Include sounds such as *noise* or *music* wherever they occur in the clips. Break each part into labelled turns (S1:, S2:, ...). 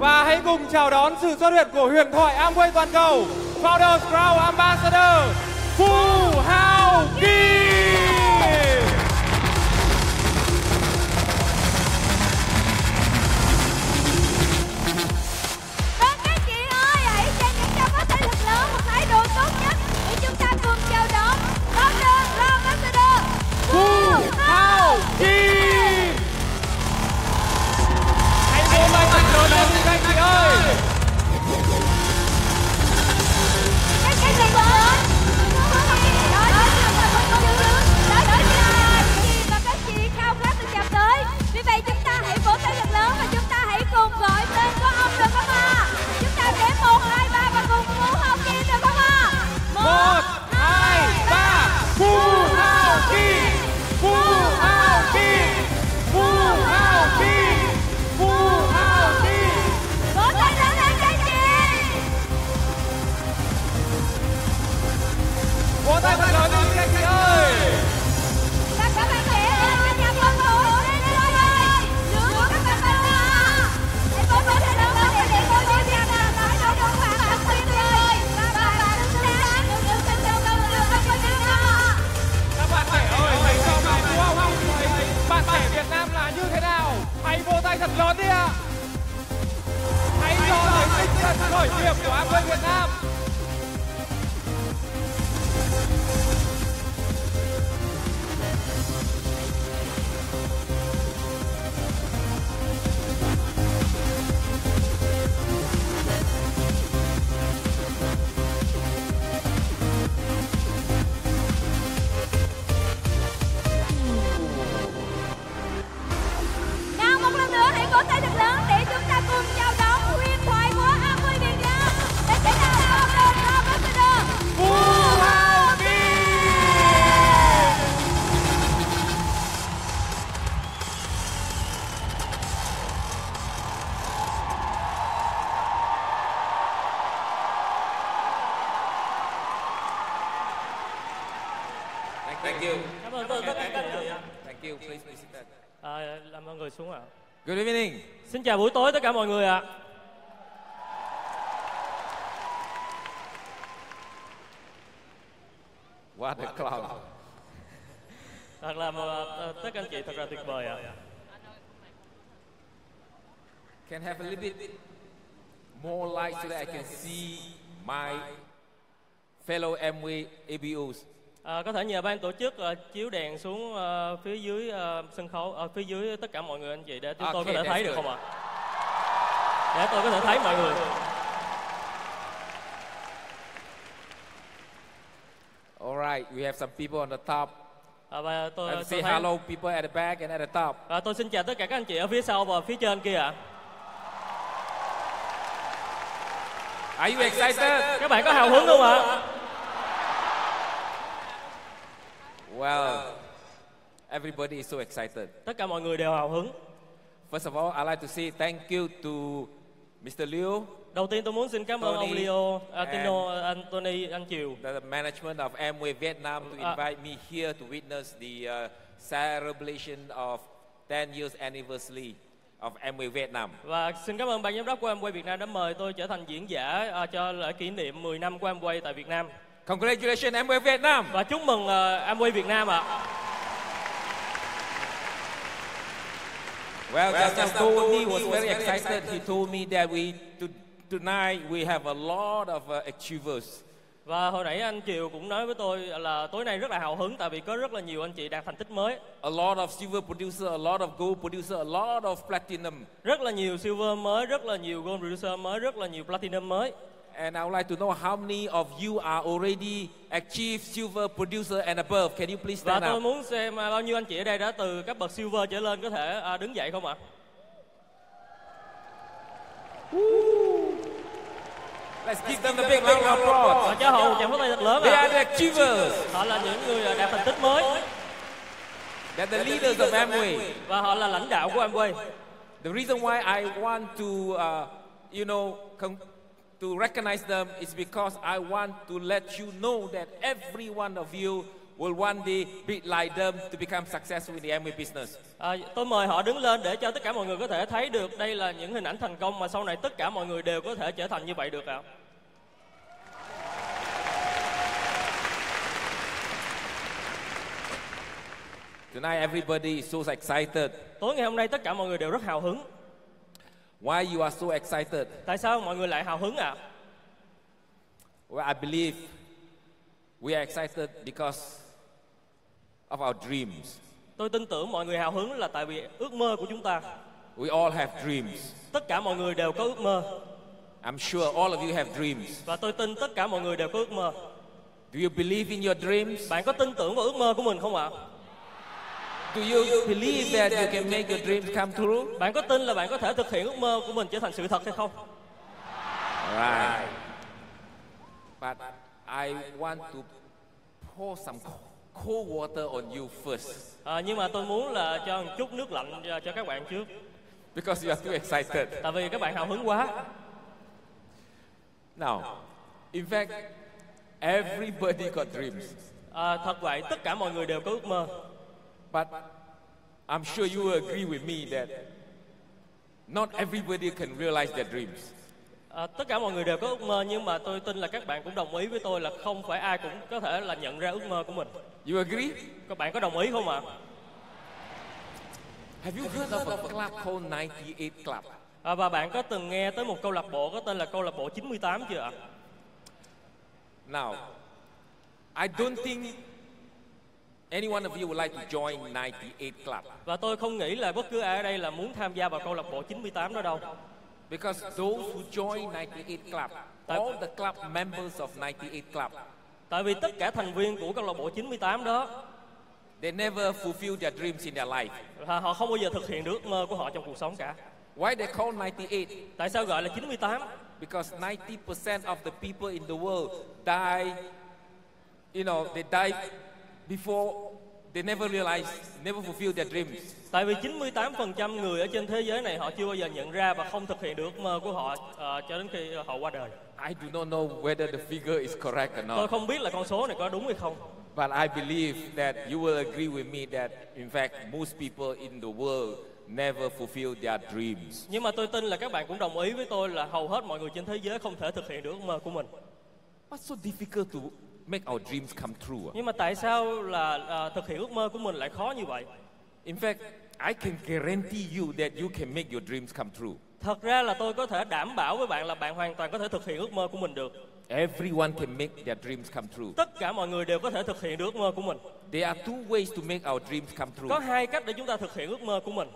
S1: hãy cùng chào đón sự xuất hiện của huyền thoại Amway toàn cầu, Founders Crown Ambassador, Phú Hào Kim.
S2: Vâng các chị ơi, hãy dành những chăm mắt thể lực lớn một thái độ tốt nhất để chúng ta cùng chào đón Founder Grand Ambassador Phú Hào
S1: Kim. Hãy vỗ tay thật lớn lên đi các chị ơi.
S2: Các chị đừng quên Đó chính là một công lớn, đó chính là những gì mà các chị khao khát được chạm tới Vì vậy chúng ta hãy vỗ tay thật lớn và chúng ta hãy cùng gọi tên của ông được không ạ? Chúng ta đếm 1, 2, 3 và cùng Phú Hào Kim được không ạ?
S1: Một, hai, ba. Phú Hào Kim. Phú Hào Kim. Phú Hào Kim. Phú Hào Kim.
S2: Vỗ tay lớn lên các chị
S1: Vỗ tay thật lớn lên đi các chị ơi.
S2: Các các bạn trẻ ơi, các nhà phân phối lên đây ơi, lửa các bạn bạn ta. Hãy cố gắng để đóng góp để cô dâu nhà ta nói đâu đúng bạn thật tuyệt vời và bạn xứng đáng được sự tin tưởng đồng lượng của chúng ta.
S1: Các bạn trẻ ơi, hãy cho bạn Phú Hào Kim thấy bạn trẻ Việt Nam là như thế nào. Hãy vỗ tay thật lớn đi ạ. Hãy cho thấy tinh thần khởi nghiệp của Amway Việt Nam.
S2: Nào một lần nữa hãy vỗ tay thật lớn để chúng ta cùng chào đón huyền thoại của Amway Việt Nam. Đó chính là ông Đồn Ambassador.
S1: Phú Hào Kim.
S3: Thank you.
S4: cảm ơn tôi rất là cảm ơn
S3: Thank you. Please be seated.
S4: à, làm mọi người xuống ạ
S3: Good evening.
S4: xin chào buổi tối tất cả mọi người ạ
S3: What a clown.
S4: thật là một, à, tất cả anh chị thật là tuyệt vời ạ
S3: Can have a little bit more light so that I can see my fellow MV ABOs.
S4: à, có thể nhờ ban tổ chức à, chiếu đèn xuống à, phía dưới à, sân khấu ở phía dưới tất cả mọi người anh chị để chúng tôi
S3: Ok,
S4: có thể thấy
S3: that's
S4: được
S3: good.
S4: không ạ để tôi có thể thấy mọi người
S3: All right, we have some people on the top.
S4: à, và tôi,
S3: And say
S4: tôi thấy-
S3: hello, people at the back and at the top.
S4: À, tôi xin chào tất cả các anh chị ở phía sau và phía trên kia ạ
S3: Are you excited?
S4: các bạn có hào hứng không ạ
S3: Well, everybody is so excited.
S4: tất cả mọi người đều hào hứng
S3: First of all, I'd like to say thank you to Mr. Liu,
S4: đầu tiên tôi muốn xin cảm ơn ông
S3: Tony
S4: Leo Atino Anthony anh Chiều
S3: the management of Amway Vietnam to
S4: Uh,
S3: invite me here to witness the uh, celebration of 10 years anniversary of Amway Vietnam.
S4: Và xin cảm ơn ban giám đốc của Amway Việt Nam đã mời tôi trở thành diễn giả à, cho lễ kỷ niệm 10 năm của Amway tại Việt Nam.
S3: Congratulations, Amway Vietnam!
S4: Và chúc mừng à, Amway Việt Nam ạ.
S3: Well, just now Tony was very excited. He told me that we to, tonight we have a lot of uh, achievers.
S4: Và hồi nãy anh Kiều cũng nói với tôi là tối nay rất là hào hứng tại vì có rất là nhiều anh chị đạt thành tích mới.
S3: A lot of silver producer, a lot of gold producer, a lot of platinum.
S4: Rất là nhiều silver mới, rất là nhiều gold producer mới, rất là nhiều platinum mới.
S3: And I would like to know how many of you are already achieved silver producer and above. Can you please
S4: Và
S3: stand
S4: tôi
S3: up?
S4: muốn xem à, bao nhiêu anh chị ở đây đã từ cấp bậc silver trở lên có thể à, đứng dậy không ạ?
S3: Let's give them a big round of applause.
S4: Và cho hậu chẳng có tay thật lớn
S3: They are
S4: ạ.
S3: the achievers.
S4: Họ là những người à, đạt thành tích mới
S3: They're the leaders of Amway.
S4: và họ là lãnh đạo của Amway.
S3: The reason why I want to, uh, you know, con- to recognize them is because I want to let you know that every one of you will one day be like them to become successful in the Amway business.
S4: À, tôi mời họ đứng lên để cho tất cả mọi người có thể thấy được đây là những hình ảnh thành công mà sau này tất cả mọi người đều có thể trở thành như vậy được ạ.
S3: Tonight, everybody is so excited.
S4: Tối ngày hôm nay tất cả mọi người đều rất hào hứng.
S3: Why you are so excited?
S4: Tại sao mọi người lại hào hứng ạ?
S3: Well, I believe we are excited because of our dreams.
S4: Tôi tin tưởng mọi người hào hứng là tại vì ước mơ của chúng ta.
S3: We all have dreams.
S4: Tất cả mọi người đều có ước mơ
S3: I'm sure all of you have dreams.
S4: và tôi tin tất cả mọi người đều có ước mơ.
S3: Do you believe in your dreams?
S4: Bạn có tin tưởng vào ước mơ của mình không ạ?
S3: Do you believe that you can make your dreams come true?
S4: Bạn có tin là bạn có thể thực hiện ước mơ của mình trở thành sự thật hay không?
S3: Right. But I want to pour some co- cold water on you first
S4: À, nhưng mà tôi muốn là cho một chút nước lạnh cho- cho các bạn trước.
S3: because you are too excited.
S4: Tại vì các bạn hào hứng quá.
S3: Now, in fact, everybody got dreams.
S4: À, thật vậy, tất cả mọi người đều có ước mơ.
S3: But I'm sure you will agree with me that not everybody can realize their dreams.
S4: À, tất cả mọi người đều có ước mơ nhưng mà tôi tin là các bạn cũng đồng ý với tôi là không phải ai cũng có thể là nhận ra ước mơ của mình.
S3: You agree?
S4: Các bạn có đồng ý không ạ?
S3: Have you heard of a club called 98 Club?
S4: À, và bạn có từng nghe tới một câu lạc bộ có tên là câu lạc bộ 98 chưa ạ?
S3: Now, I don't think any one of you would like to join 98 Club
S4: Và tôi không nghĩ là bất cứ ai ở đây là muốn tham gia vào câu lạc bộ 98 đó đâu.
S3: because those who join 98 Club, all the club members of 98 Club,
S4: Tại vì tất cả thành viên của câu lạc bộ 98 đó
S3: they never fulfill their dreams in their life.
S4: là họ không bao giờ thực hiện được ước mơ của họ trong cuộc sống cả.
S3: Why they call 98?
S4: Tại sao gọi là 98?
S3: Because 90% of the people in the world die, you know, they die before they never realize, never fulfill their dreams.
S4: Tại vì 98% người ở trên thế giới này họ chưa bao giờ nhận ra và không thực hiện được ước mơ của họ ờ, cho đến khi họ qua đời.
S3: I do not know whether the figure is correct or
S4: Tôi
S3: not,
S4: không biết là con số này có đúng hay không.
S3: but I believe that you will agree with me that, in fact, most people in the world never fulfill their dreams.
S4: Nhưng mà tôi tin là các bạn cũng đồng ý với tôi là hầu hết mọi người trên thế giới không thể thực hiện được ước mơ của mình.
S3: What's so difficult to make our dreams come true? ah?
S4: Nhưng mà tại sao là ờ, thực hiện ước mơ của mình lại khó như vậy?
S3: In fact, I can guarantee you that you can make your dreams come true.
S4: Thật ra là tôi có thể đảm bảo với bạn là bạn hoàn toàn có thể thực hiện ước mơ của mình được.
S3: Everyone can make their dreams come true.
S4: Tất cả mọi người đều có thể thực hiện được ước mơ của mình.
S3: There are two ways to make our dreams come true.
S4: Có hai cách để chúng ta thực hiện ước mơ của mình.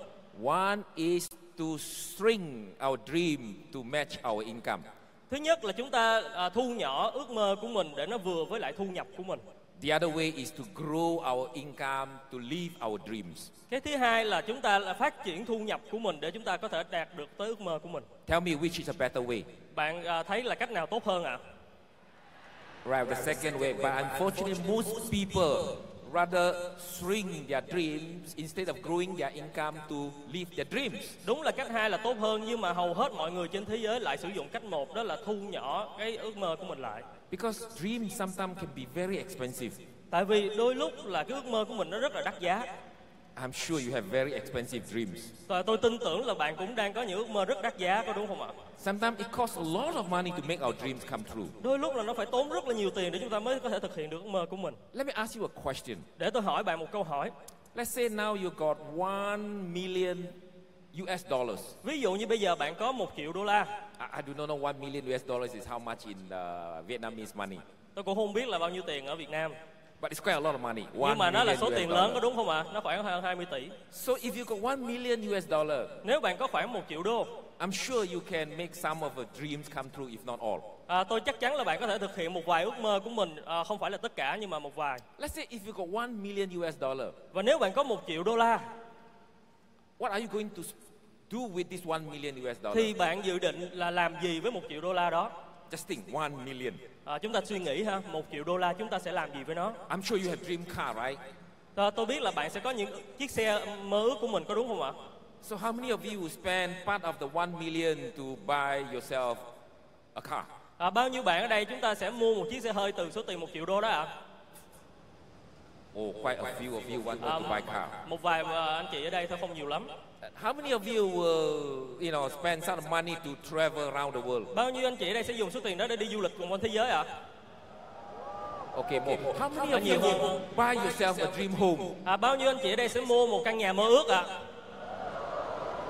S3: One is to string our dream to match our income.
S4: Thứ nhất là chúng ta ờ, thu nhỏ ước mơ của mình để nó vừa với lại thu nhập của mình.
S3: The other way is to grow our income to live our dreams.
S4: Cái thứ hai là chúng ta là phát triển thu nhập của mình để chúng ta có thể đạt được tới ước mơ của mình.
S3: Tell me which is a better way.
S4: Bạn à, thấy là cách nào tốt hơn ạ?
S3: Right, the second way. But unfortunately, most people rather string their dreams instead of growing their income to live their dreams.
S4: Đúng là cách hai là tốt hơn nhưng mà hầu hết mọi người trên thế giới lại sử dụng cách một đó là thu nhỏ cái ước mơ của mình lại.
S3: Because dreams sometimes can be very expensive.
S4: Tại vì đôi lúc là cái ước mơ của mình nó rất là đắt giá.
S3: I'm sure you have very expensive dreams.
S4: Và tôi tin tưởng là bạn cũng đang có những ước mơ rất đắt giá có đúng không ạ?
S3: Sometimes it costs a lot of money to make our dreams come true.
S4: Đôi lúc là nó phải tốn rất là nhiều tiền để chúng ta mới có thể thực hiện được ước mơ của mình.
S3: Let me ask you a question.
S4: Để tôi hỏi bạn một câu hỏi.
S3: Let's say now you got 1 million US dollars.
S4: Ví dụ như bây giờ bạn có 1 triệu đô la.
S3: I, I do not know 1 million US dollars is how much in uh, Vietnamese money,
S4: Tôi cũng không biết là bao nhiêu tiền ở Việt Nam.
S3: but it's quite a lot of money.
S4: Nhưng
S3: 1
S4: mà nó là
S3: million
S4: số
S3: US
S4: tiền lớn có
S3: dollars.
S4: đúng không ạ? Nó khoảng hơn 20 tỷ.
S3: So if you got 1 million US dollar,
S4: Nếu bạn có khoảng 1 triệu đô,
S3: I'm sure you can make some of your dreams come true, if not all.
S4: à, tôi chắc chắn là bạn có thể thực hiện một vài ước mơ của mình, à, không phải là tất cả nhưng mà một vài.
S3: Let's say if you got 1 million US dollar,
S4: Và nếu bạn có 1 triệu đô la
S3: what are you going to s- do with this 1 million US dollar?
S4: thì bạn dự định là làm gì với 1 triệu đô la đó?
S3: Just think, 1 million.
S4: À, chúng ta suy nghĩ ha, 1 triệu đô la chúng ta sẽ làm gì với nó?
S3: I'm sure you have dream car, right?
S4: À, tôi biết là bạn sẽ có những chiếc xe mơ ước của mình có đúng không ạ?
S3: So how many of you will spend part of the 1 million to buy yourself a car?
S4: À, bao nhiêu bạn ở đây chúng ta sẽ mua một chiếc xe hơi từ số tiền 1 triệu đô đó ạ?
S3: Oh, quite a few of you wanted
S4: Ờ,
S3: to buy car.
S4: một vài ờ, anh chị ở đây thôi không nhiều lắm
S3: How many of you will, you know, spend some money to travel around the world?
S4: bao nhiêu anh chị ở đây sẽ dùng số tiền đó để đi du lịch cùng quanh thế giới ạ
S3: Okay, more. How many
S4: Bao
S3: of you
S4: nhiêu
S3: will
S4: home?
S3: buy yourself a dream home?
S4: à? bao nhiêu anh chị ở đây sẽ mua một căn nhà mơ ước ạ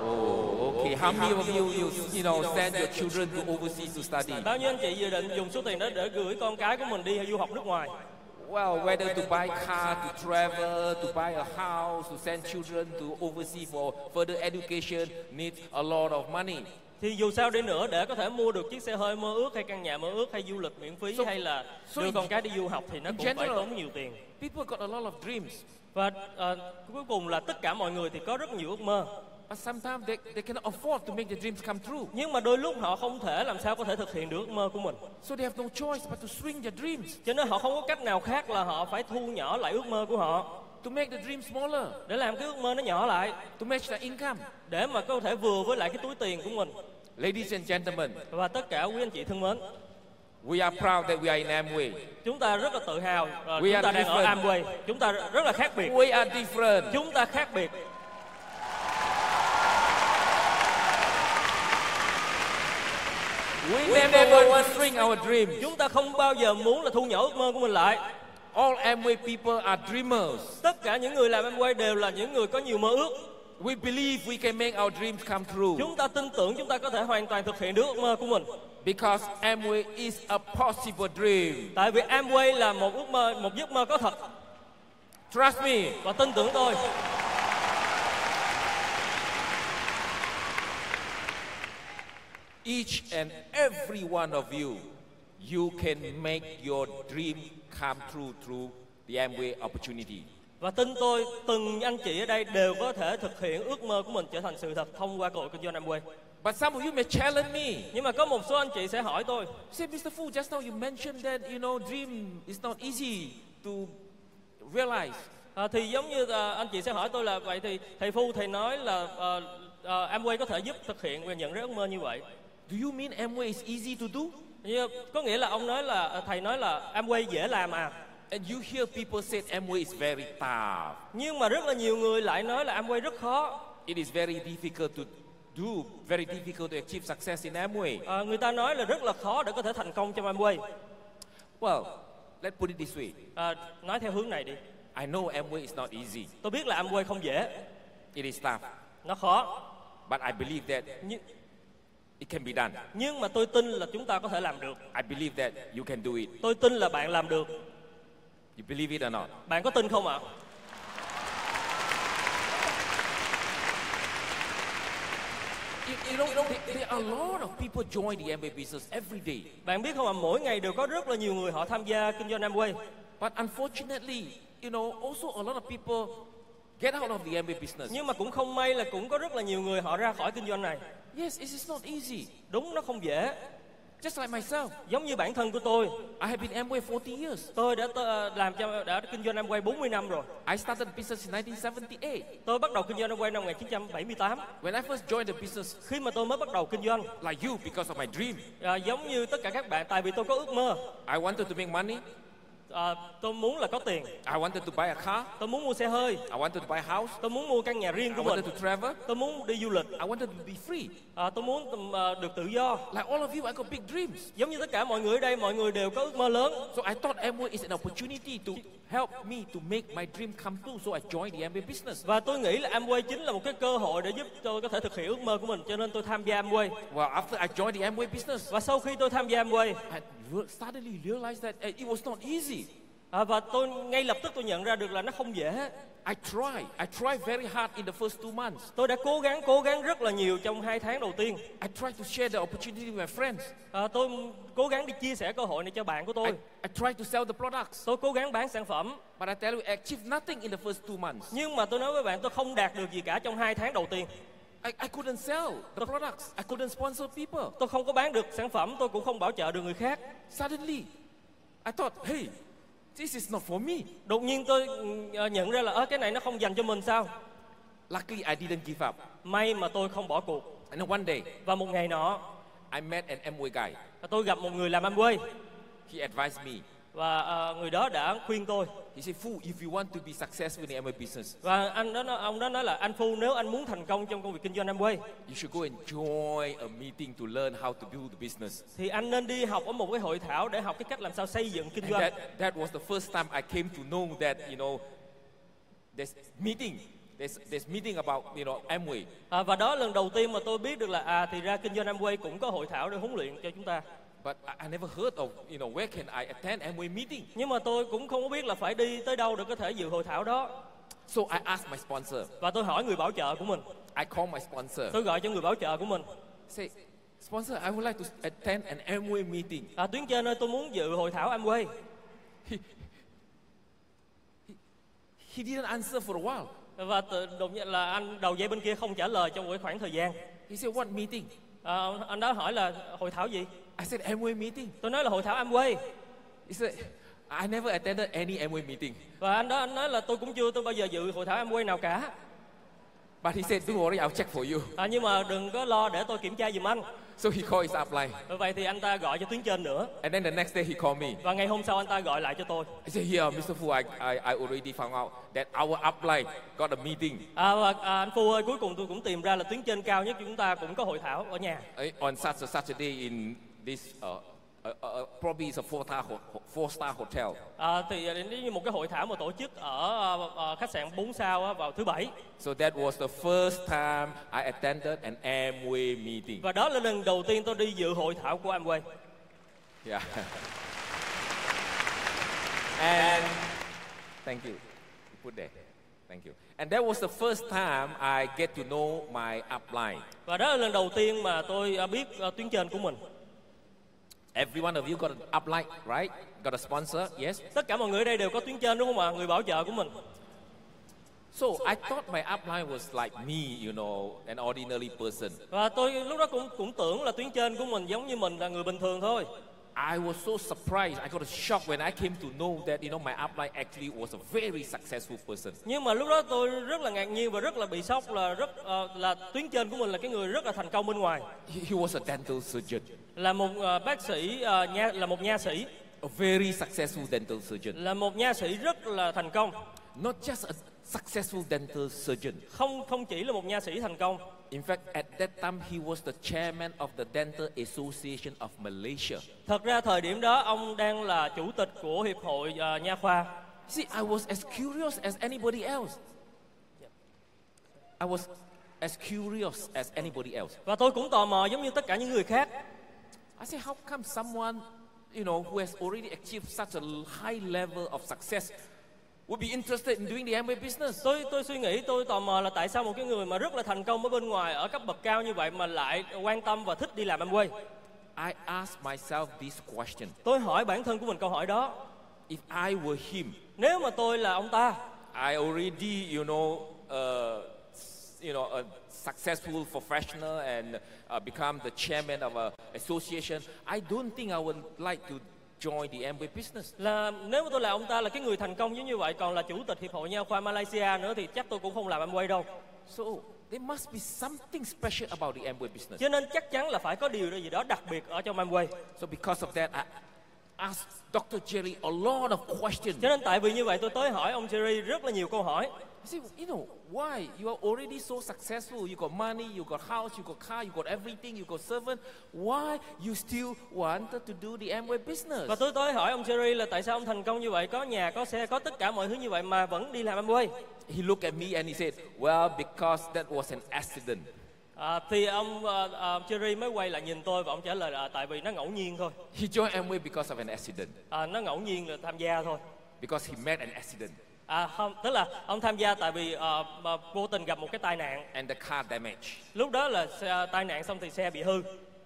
S3: Oh, okay. How many of you, you, you know, send your children to overseas to study?
S4: bao nhiêu anh chị dự định dùng số tiền đó để gửi con cái của mình đi du học nước ngoài
S3: Well, whether to buy car, to travel, to buy a house, to send children to overseas for further education needs a lot of money.
S4: thì dù sao đi nữa để có thể mua được chiếc xe hơi mơ ước hay căn nhà mơ ước hay du lịch miễn phí
S3: So-
S4: hay là
S3: so
S4: đưa
S3: in-
S4: con cái đi du học thì nó
S3: in
S4: cũng phải
S3: general-
S4: tốn nhiều tiền
S3: People got a lot of dreams,
S4: và ờ, cuối cùng là tất cả mọi người thì có rất nhiều ước mơ
S3: but sometimes they, they cannot afford to make their dreams come true.
S4: nhưng mà đôi lúc họ không thể làm sao có thể thực hiện được ước mơ của mình
S3: So they have no choice but to swing their dreams,
S4: cho nên họ không có cách nào khác là họ phải thu nhỏ lại ước mơ của họ
S3: to make the dream smaller,
S4: để làm cái ước mơ nó nhỏ lại
S3: to match their income.
S4: để mà có thể vừa với lại cái túi tiền của mình
S3: Ladies and gentlemen,
S4: và tất cả quý anh chị thân mến
S3: we are proud that we are in Amway.
S4: chúng ta rất là tự hào ờ,
S3: We
S4: chúng ta
S3: are
S4: đang ở
S3: different.
S4: Amway chúng ta rất là khác biệt
S3: We are different.
S4: chúng ta khác biệt
S3: We never want to swing our dreams.
S4: chúng ta không bao giờ muốn là thu nhỏ ước mơ của mình lại
S3: All Amway people are dreamers.
S4: tất cả những người làm Amway đều là những người có nhiều mơ ước
S3: We believe we can make our dreams come true.
S4: chúng ta tin tưởng chúng ta có thể hoàn toàn thực hiện được ước mơ của mình
S3: Because Amway is a possible dream.
S4: tại vì Amway là một ước mơ một giấc mơ có thật
S3: Trust me,
S4: và tin tưởng tôi
S3: each and every one of you, you can make your dream come true through the Amway opportunity.
S4: và tin tôi từng anh chị ở đây đều có thể thực hiện ước mơ của mình trở thành sự thật thông qua cơ hội kinh doanh Amway
S3: But some of you may challenge me.
S4: nhưng mà có một số anh chị sẽ hỏi tôi
S3: Say, Mr. Fu, just now you mentioned that, you know, dream is not easy to realize.
S4: à, thì giống như à, anh chị sẽ hỏi tôi là vậy thì thầy phu thầy nói là à, à, Amway có thể giúp thực hiện và nhận ra ước mơ như vậy
S3: Do you mean Amway is easy to do?
S4: Như- có nghĩa là ông nói là à, thầy nói là Amway dễ làm à
S3: And you hear people say Amway is very tough.
S4: nhưng mà rất là nhiều người lại nói là Amway rất khó
S3: It is very difficult to do, very difficult to achieve success in Amway.
S4: à, người ta nói là rất là khó để có thể thành công trong Amway
S3: Well, let's put it this way.
S4: à, nói theo hướng này đi
S3: I know Amway is not easy.
S4: tôi biết là Amway không dễ
S3: It is tough.
S4: nó khó
S3: But I believe that
S4: nhưng,
S3: it can be done.
S4: nhưng mà tôi tin là chúng ta có thể làm được
S3: I believe that you can do it.
S4: tôi tin là bạn làm được
S3: You believe it or not?
S4: bạn có tin không ạ
S3: You, you know, there, there are a lot of people join the Amway business every day.
S4: bạn biết không ạ mỗi ngày đều có rất là nhiều người họ tham gia kinh doanh Amway
S3: But unfortunately, you know, also a lot of people get out of the Amway business.
S4: nhưng mà cũng không may là cũng có rất là nhiều người họ ra khỏi kinh doanh này
S3: Yes, it is not easy.
S4: đúng nó không dễ
S3: Just like myself,
S4: giống như bản thân của tôi
S3: I have been Amway 40 years.
S4: tôi đã tơ- làm cho đã kinh doanh Amway 40 năm rồi
S3: I started business in 1978.
S4: tôi bắt đầu kinh doanh Amway năm 1978
S3: When I first joined the business,
S4: khi mà tôi mới bắt đầu kinh doanh
S3: like you, because of my dream,
S4: à, giống như tất cả các bạn tại vì tôi có ước mơ
S3: I wanted to make money.
S4: à, tôi muốn là có tiền
S3: I wanted to buy a car.
S4: tôi muốn mua xe hơi
S3: I wanted to buy a house.
S4: tôi muốn mua căn nhà riêng
S3: I
S4: của mình
S3: wanted to travel.
S4: tôi muốn đi du lịch
S3: I wanted to be free.
S4: à, tôi muốn ừm, à, được tự do
S3: Like all of you, I got big dreams.
S4: giống như tất cả mọi người ở đây mọi người đều có ước mơ lớn
S3: So I thought Amway is an opportunity to help me to make my dream come true. So I joined the Amway business.
S4: và tôi nghĩ là Amway chính là một cái cơ hội để giúp tôi có thể thực hiện ước mơ của mình cho nên tôi tham gia Amway
S3: Well, after I joined the Amway business,
S4: và sau khi tôi tham gia Amway
S3: I re- suddenly realized that eh, it was not easy.
S4: à, và tôi ngay lập tức tôi nhận ra được là nó không dễ
S3: I tried. I tried very hard in the first two months.
S4: tôi đã cố gắng cố gắng rất là nhiều trong hai tháng đầu tiên
S3: I tried to share the opportunity with my friends.
S4: à, tôi cố gắng đi chia sẻ cơ hội này cho bạn của
S3: I,
S4: tôi
S3: I tried to sell the products.
S4: tôi cố gắng bán sản phẩm
S3: But I tell you, I achieved nothing in the first two months.
S4: nhưng mà tôi nói với bạn tôi không đạt được gì cả trong hai tháng đầu tiên
S3: I, I couldn't sell the products. I couldn't sponsor people.
S4: tôi không có bán được sản phẩm tôi cũng không bảo trợ được người khác
S3: Suddenly, I thought, hey, this is not for me.
S4: đột nhiên tôi ờ, nhận ra là ơ cái này nó không dành cho mình sao
S3: Luckily, I didn't give up.
S4: may mà tôi không bỏ cuộc
S3: And then one day,
S4: và một ngày nọ
S3: I met an Amway guy.
S4: tôi gặp một người làm Amway
S3: He advised me,
S4: và ờ, người đó à, đã khuyên tôi
S3: He said, Fool, if you want to be successful in the Amway business,
S4: và anh đó nói- ông đó nói là anh Phu nếu anh muốn thành công trong công việc kinh doanh Amway
S3: you should go and join a meeting to learn how to build the business.
S4: thì anh nên đi học ở một cái hội thảo để học cái cách làm sao xây dựng kinh
S3: And
S4: doanh
S3: that, that was the first time I came to know that, you know, there's meeting. There's, there's meeting about, you know, Amway.
S4: à, và đó lần đầu tiên mà tôi biết được là à thì ra kinh doanh Amway cũng có hội thảo để huấn luyện cho chúng ta
S3: But I, I never heard of, you know, where can I attend Amway meeting?
S4: nhưng mà tôi cũng không có biết là phải đi tới đâu để có thể dự hội thảo đó
S3: So I asked my sponsor.
S4: và tôi hỏi người bảo trợ của mình
S3: I called my sponsor.
S4: tôi gọi cho người bảo trợ của mình
S3: Say, sponsor, I would like to attend an Amway meeting.
S4: à, tuyến trên ơi tôi muốn dự hội thảo Amway
S3: He didn't answer for a while.
S4: và tự- đột nhiên là anh đầu dây bên kia không trả lời trong một cái khoảng thời gian
S3: He said, what meeting?
S4: à, ông- anh đó hỏi là hội thảo gì
S3: I said, Amway meeting.
S4: tôi nói là hội thảo Amway
S3: He said, I never attended any Amway meeting.
S4: và anh đó anh nói là tôi cũng chưa tôi bao giờ dự hội thảo Amway nào cả
S3: But he said, don't worry, I'll check for you.
S4: à, nhưng mà đừng có lo để tôi kiểm tra giùm anh
S3: So he called his upline.
S4: vậy thì anh ta gọi cho tuyến trên nữa
S3: And then the next day he called me.
S4: và ngày hôm sau anh ta gọi lại cho tôi
S3: He said, yeah, Mr. Fu, I, I, I already found out that our upline got a meeting
S4: à, và à, anh Phu ơi cuối cùng tôi cũng tìm ra là tuyến trên cao nhất chúng ta cũng có hội thảo ở nhà
S3: eh, on such a Saturday in this, uh, uh, uh, probably it's a four-star, ho- ho- four-star hotel.
S4: à, thì đến như một cái hội thảo mà tổ chức ở à, à, khách sạn 4 sao á, vào thứ bảy
S3: So that was the first time I attended an Amway meeting.
S4: và đó là lần đầu tiên tôi đi dự hội thảo của E. Amway
S3: Yeah. *laughs* And thank you. You put there. Thank you. And that was the first time I get to know my upline.
S4: và đó là lần đầu tiên mà tôi à, biết à, tuyến trên của mình
S3: Every one of you got an upline, right? Got a sponsor, yes?
S4: tất cả mọi người ở đây đều có tuyến trên đúng không ạ người bảo trợ của mình
S3: So I thought my upline was like me, you know, an ordinary person.
S4: và tôi lúc đó cũng cũng tưởng là tuyến trên của mình giống như mình là người bình thường thôi
S3: I was so surprised. I got a shock when I came to know that, you know, my upline actually was a very successful person.
S4: nhưng mà lúc đó tôi rất là ngạc nhiên và rất là bị sốc là rất ờ, là tuyến trên của mình là cái người rất là thành công bên ngoài
S3: He, he was a dental surgeon,
S4: là một ờ, bác sĩ ờ, nha là một nha sĩ
S3: a very successful dental surgeon.
S4: là một nha sĩ rất là thành công
S3: Not just a successful dental surgeon.
S4: không không chỉ là một nha sĩ thành công
S3: In fact, at that time, he was the chairman of the Dental Association of Malaysia.
S4: thật ra thời điểm đó ông đang là chủ tịch của hiệp hội ờ, nha khoa
S3: See, I was as curious as anybody else. I was as curious as anybody else.
S4: và tôi cũng tò mò giống như tất cả những người khác
S3: I said, how come someone, you know, who has already achieved such a l- high level of success would be interested in doing the Amway business?
S4: tôi tôi suy nghĩ tôi tò mò là tại sao một cái người mà rất là thành công ở bên ngoài ở cấp bậc cao như vậy mà lại quan tâm và thích đi làm Amway
S3: I asked myself this question.
S4: tôi hỏi bản thân của mình câu hỏi đó
S3: If I were him,
S4: Nếu mà tôi là ông ta
S3: I already, you know, uh, s- you know, a successful professional and uh, become the chairman of a association. I don't think I would like to join the Amway business.
S4: là nếu mà tôi là ông ta là cái người thành công giống như vậy còn là chủ tịch hiệp hội nha khoa Malaysia nữa thì chắc tôi cũng không làm em quay đâu.
S3: So there must be something special about the Amway business.
S4: Cho nên chắc chắn là phải có điều gì đó đặc biệt ở trong em quay.
S3: So because of that, I asked Dr. Jerry a lot of questions.
S4: Cho nên tại vì như vậy tôi tới hỏi ông Jerry rất là nhiều câu hỏi.
S3: I said, you know, why? You are already so successful. You got money, you got house, you got car, you got everything, you got servant. Why you still wanted to do the Amway business?
S4: Và tôi tới hỏi ông Jerry là tại sao ông thành công như vậy, có nhà, có xe, có tất cả mọi thứ như vậy mà vẫn đi làm em quay.
S3: He looked at me and he said, Well, because that was an accident.
S4: À, thì ông à, à, Jerry mới quay lại nhìn tôi và ông trả lời là à, tại vì nó ngẫu nhiên thôi.
S3: He joined Amway because of an accident,
S4: À, nó ngẫu nhiên là tham gia thôi.
S3: because he met an accident
S4: À, không, tức là ông tham gia tại vì ờ, mà vô tình gặp một cái tai nạn.
S3: and the car damage.
S4: Lúc đó là xe, tai nạn xong thì xe bị hư.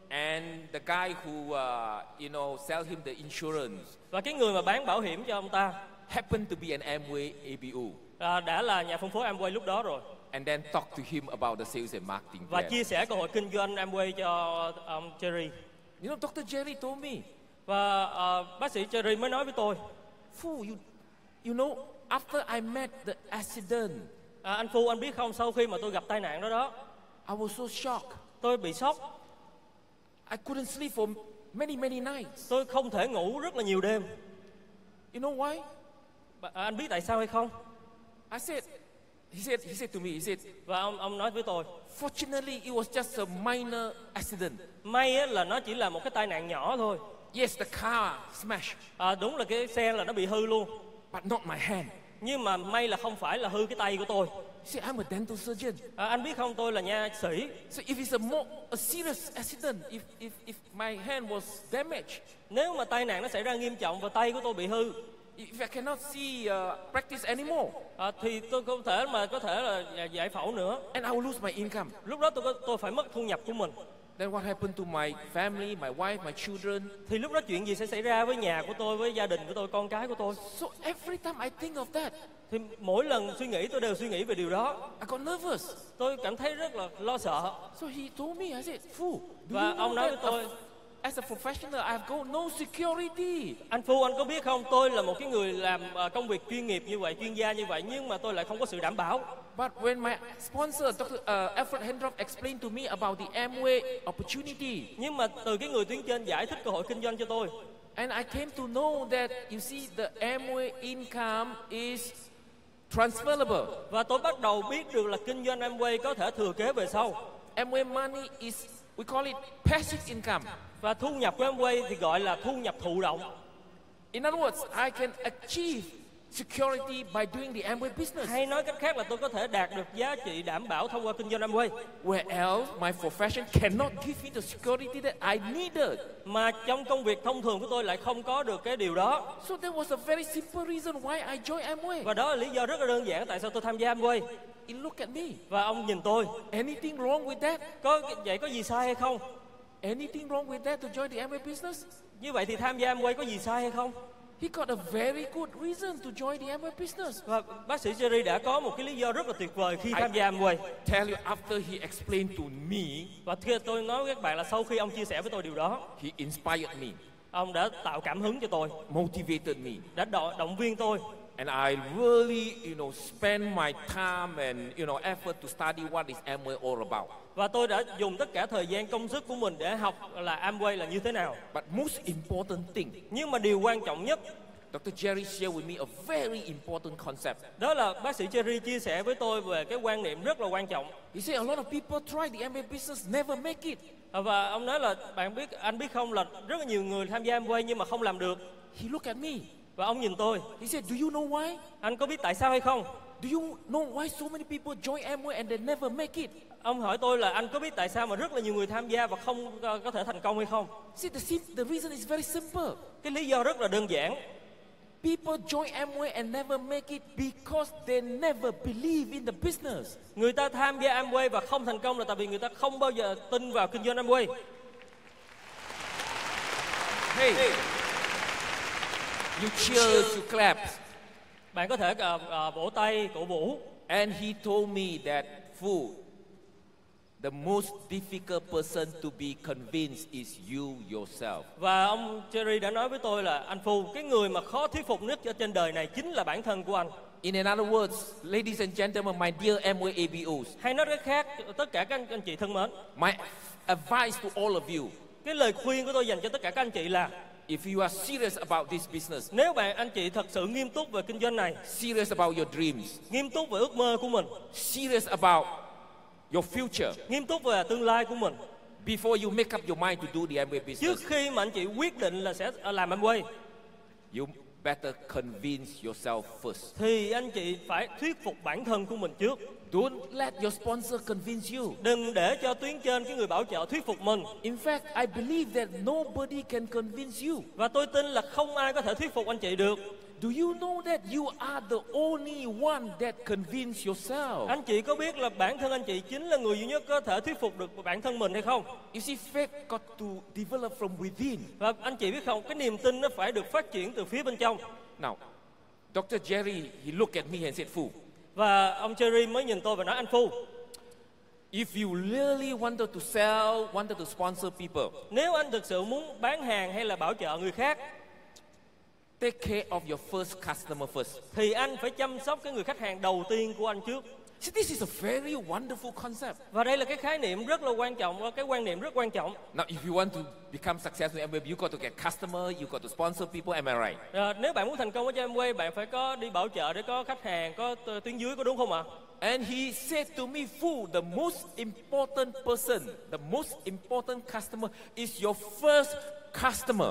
S3: And the guy who, uh, you know, sell him the insurance
S4: Và cái người mà bán bảo hiểm cho ông ta
S3: happened to be an Amway ABU
S4: à, đã là nhà phân phối Amway lúc đó rồi
S3: and then talked to him about the sales and marketing
S4: và
S3: plan.
S4: chia sẻ cơ hội kinh doanh Amway cho ờ, ông Jerry.
S3: You know, Dr. Jerry told me,
S4: Và ờ, bác sĩ Jerry mới nói với tôi,
S3: Fool, you, you know, after I met the accident,
S4: à, anh Phu anh biết không sau khi mà tôi gặp tai nạn đó đó,
S3: I was so shocked.
S4: tôi bị sốc,
S3: I couldn't sleep for many, many nights.
S4: tôi không thể ngủ rất là nhiều đêm.
S3: You know why?
S4: Bà- à, anh biết tại sao hay không?
S3: I said, he said, he said to me, he said,
S4: Và ông ông nói với tôi,
S3: fortunately, it was just a minor accident.
S4: may á, là nó chỉ là một cái tai nạn nhỏ thôi.
S3: Yes, the car smashed,
S4: À, đúng là cái xe là nó bị hư luôn.
S3: but not my hand.
S4: Nhưng mà may là không phải là hư cái tay của tôi.
S3: See, I'm a dental surgeon.
S4: À, anh biết không, tôi là nha sĩ.
S3: So if it's a more a serious accident, if, if, if my hand was damaged,
S4: Nếu mà tai nạn nó xảy ra nghiêm trọng và tay của tôi bị hư,
S3: if I cannot see uh, practice anymore,
S4: à, thì tôi không thể mà có thể là giải phẫu nữa.
S3: and I will lose my income,
S4: Lúc đó tôi có, tôi phải mất thu nhập của mình.
S3: then what happened to my family, my wife, my children?
S4: Thì lúc đó chuyện gì sẽ xảy ra với nhà của tôi, với gia đình của tôi, con cái của tôi?
S3: So every time I think of that,
S4: Thì mỗi lần suy nghĩ tôi đều suy nghĩ về điều đó.
S3: I got nervous.
S4: Tôi cảm thấy rất là lo sợ.
S3: So he told me, I said, Phu, do
S4: Và
S3: you know
S4: ông nói
S3: that
S4: với tôi-
S3: a- as a professional, I've got no security.
S4: Anh Phu, anh có biết không, tôi là một cái người làm ờ, công việc chuyên nghiệp như vậy, chuyên gia như vậy, nhưng mà tôi lại không có sự đảm bảo.
S3: But when my sponsor, Dr. Uh, Alfred Hendrock, explained to me about the Amway opportunity,
S4: Nhưng mà từ cái người tuyến trên giải thích cơ hội kinh doanh cho tôi,
S3: And I came to know that you see the Amway income is transferable.
S4: Và tôi bắt đầu biết được là kinh doanh Amway có thể thừa kế về sau.
S3: Amway money is we call it passive income.
S4: Và thu nhập của Amway thì gọi là thu nhập thụ động.
S3: In other words, I can achieve security by doing the Amway business.
S4: Hay nói cách khác là tôi có thể đạt được giá trị đảm bảo thông qua kinh doanh Amway.
S3: Where else my profession cannot give me the security that I needed.
S4: Mà trong công việc thông thường của tôi lại không có được cái điều đó.
S3: So that was a very simple reason why I joined Amway.
S4: Và đó là lý do rất là đơn giản tại sao tôi tham gia Amway.
S3: You look at me.
S4: Và ông nhìn tôi,
S3: Anything wrong with that?
S4: có vậy có gì sai hay không?
S3: Anything wrong with that to join the Amway business?
S4: Như vậy thì tham gia Amway có gì sai hay không?
S3: He got a very good reason to join the Amway business.
S4: Và bác sĩ Jerry đã có một cái lý do rất là tuyệt vời khi tham gia Amway.
S3: tell you after he explained to me,
S4: Và thưa tôi nói với các bạn là sau khi ông chia sẻ với tôi điều đó,
S3: he inspired me,
S4: ông đã tạo cảm hứng cho tôi.
S3: motivated me,
S4: đã đo- động viên tôi
S3: and I really, you know, spend my time and you know effort to study what is Amway all about.
S4: và tôi đã dùng tất cả thời gian công sức của mình để học là Amway là như thế nào.
S3: But most important thing,
S4: Nhưng mà điều quan trọng nhất
S3: Dr. Jerry shared with me a very important concept.
S4: đó là bác sĩ Jerry chia sẻ với tôi về cái quan niệm rất là quan trọng.
S3: He said a lot of people try the Amway business, never make it.
S4: À, Và ông nói là bạn biết anh biết không là rất là nhiều người tham gia Amway nhưng mà không làm được.
S3: He looked at me.
S4: Và ông nhìn tôi,
S3: He said, "Do you know why?
S4: anh có biết tại sao hay không?
S3: Do you know why so many people join Amway and they never make it?
S4: Ông hỏi tôi là anh có biết tại sao mà rất là nhiều người tham gia và không ờ, có thể thành công hay không?
S3: See, the sim- the reason is very simple.
S4: Cái lý do rất là đơn giản.
S3: People join Amway and never make it because they never believe in the business.
S4: Người ta tham gia Amway và không thành công là tại vì người ta không bao giờ tin vào kinh doanh Amway.
S3: Hey, you cheers, you clap.
S4: Bạn có thể ờ, ờ, vỗ tay, cổ vũ.
S3: And he told me that, fool, the most difficult person to be convinced is you yourself.
S4: Và ông Jerry đã nói với tôi là anh Phu, cái người mà khó thuyết phục nhất ở trên đời này chính là bản thân của anh.
S3: In another words, ladies and gentlemen, my dear Amway ABOs,
S4: Hay nói cách khác, tất cả các anh, anh chị thân mến,
S3: my advice to all of you,
S4: cái lời khuyên của tôi dành cho tất cả các anh chị là
S3: if you are serious about this business,
S4: nếu bạn anh chị thật sự nghiêm túc về kinh doanh này,
S3: serious about your dreams,
S4: nghiêm túc về ước mơ của mình,
S3: serious about your future,
S4: nghiêm túc về tương lai của mình,
S3: before you make up your mind to do the Amway
S4: trước
S3: business,
S4: khi mà anh chị quyết định là sẽ ờ, làm Amway
S3: you better convince yourself first.
S4: thì anh chị phải thuyết phục bản thân của mình trước.
S3: Don't let your sponsor convince you.
S4: Đừng để cho tuyến trên cái người bảo trợ thuyết phục mình.
S3: In fact, I believe that nobody can convince you.
S4: Và tôi tin là không ai có thể thuyết phục anh chị được.
S3: Do you know that you are the only one that convince yourself?
S4: Anh chị có biết là bản thân anh chị chính là người duy nhất có thể thuyết phục được bản thân mình hay không?
S3: You see, faith got to develop from within.
S4: Và anh chị biết không, cái niềm tin nó phải được phát triển từ phía bên trong.
S3: Now, Dr. Jerry, he looked at me and said, Fool,
S4: Và ông Jerry mới nhìn tôi và nói anh Phu,
S3: if you really wanted to sell, wanted to sponsor people,
S4: nếu anh thực sự muốn bán hàng hay là bảo trợ người khác
S3: take care of your first customer first.
S4: thì anh phải chăm sóc cái người khách hàng đầu tiên của anh trước.
S3: See, this is a very wonderful concept.
S4: Và đây là cái khái niệm rất là quan trọng, cái quan niệm rất quan trọng.
S3: Now, if you want to become successful in Amway, you got to get customer, you got to sponsor people, am I right?
S4: À, nếu bạn muốn thành công ở trên Amway, bạn phải có đi bảo trợ để có khách hàng, có t- tuyến dưới, có đúng không ạ?
S3: And he said to me, Fu, the most important person, the most important customer is your first customer.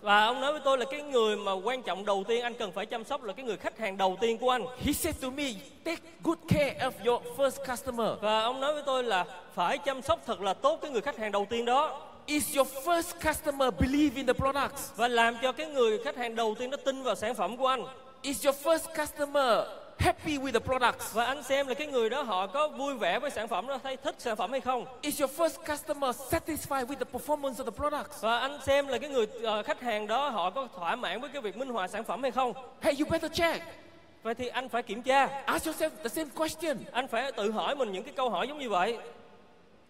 S4: Và ông nói với tôi là cái người mà quan trọng đầu tiên anh cần phải chăm sóc là cái người khách hàng đầu tiên của anh.
S3: He said to me, take good care of your first customer.
S4: Và ông nói với tôi là phải chăm sóc thật là tốt cái người khách hàng đầu tiên đó
S3: Is your first customer believe in the products?
S4: và làm cho cái người khách hàng đầu tiên đó tin vào sản phẩm của anh
S3: Is your first customer happy with the products?
S4: và anh xem là cái người đó họ có vui vẻ với sản phẩm đó thấy thích sản phẩm hay không
S3: Is your first customer satisfied with the performance of the products?
S4: và anh xem là cái người ờ, khách hàng đó họ có thỏa mãn với cái việc minh họa sản phẩm hay không
S3: Hey, you better check.
S4: vậy thì anh phải kiểm tra
S3: Ask yourself the same question.
S4: anh phải tự hỏi mình những cái câu hỏi giống như vậy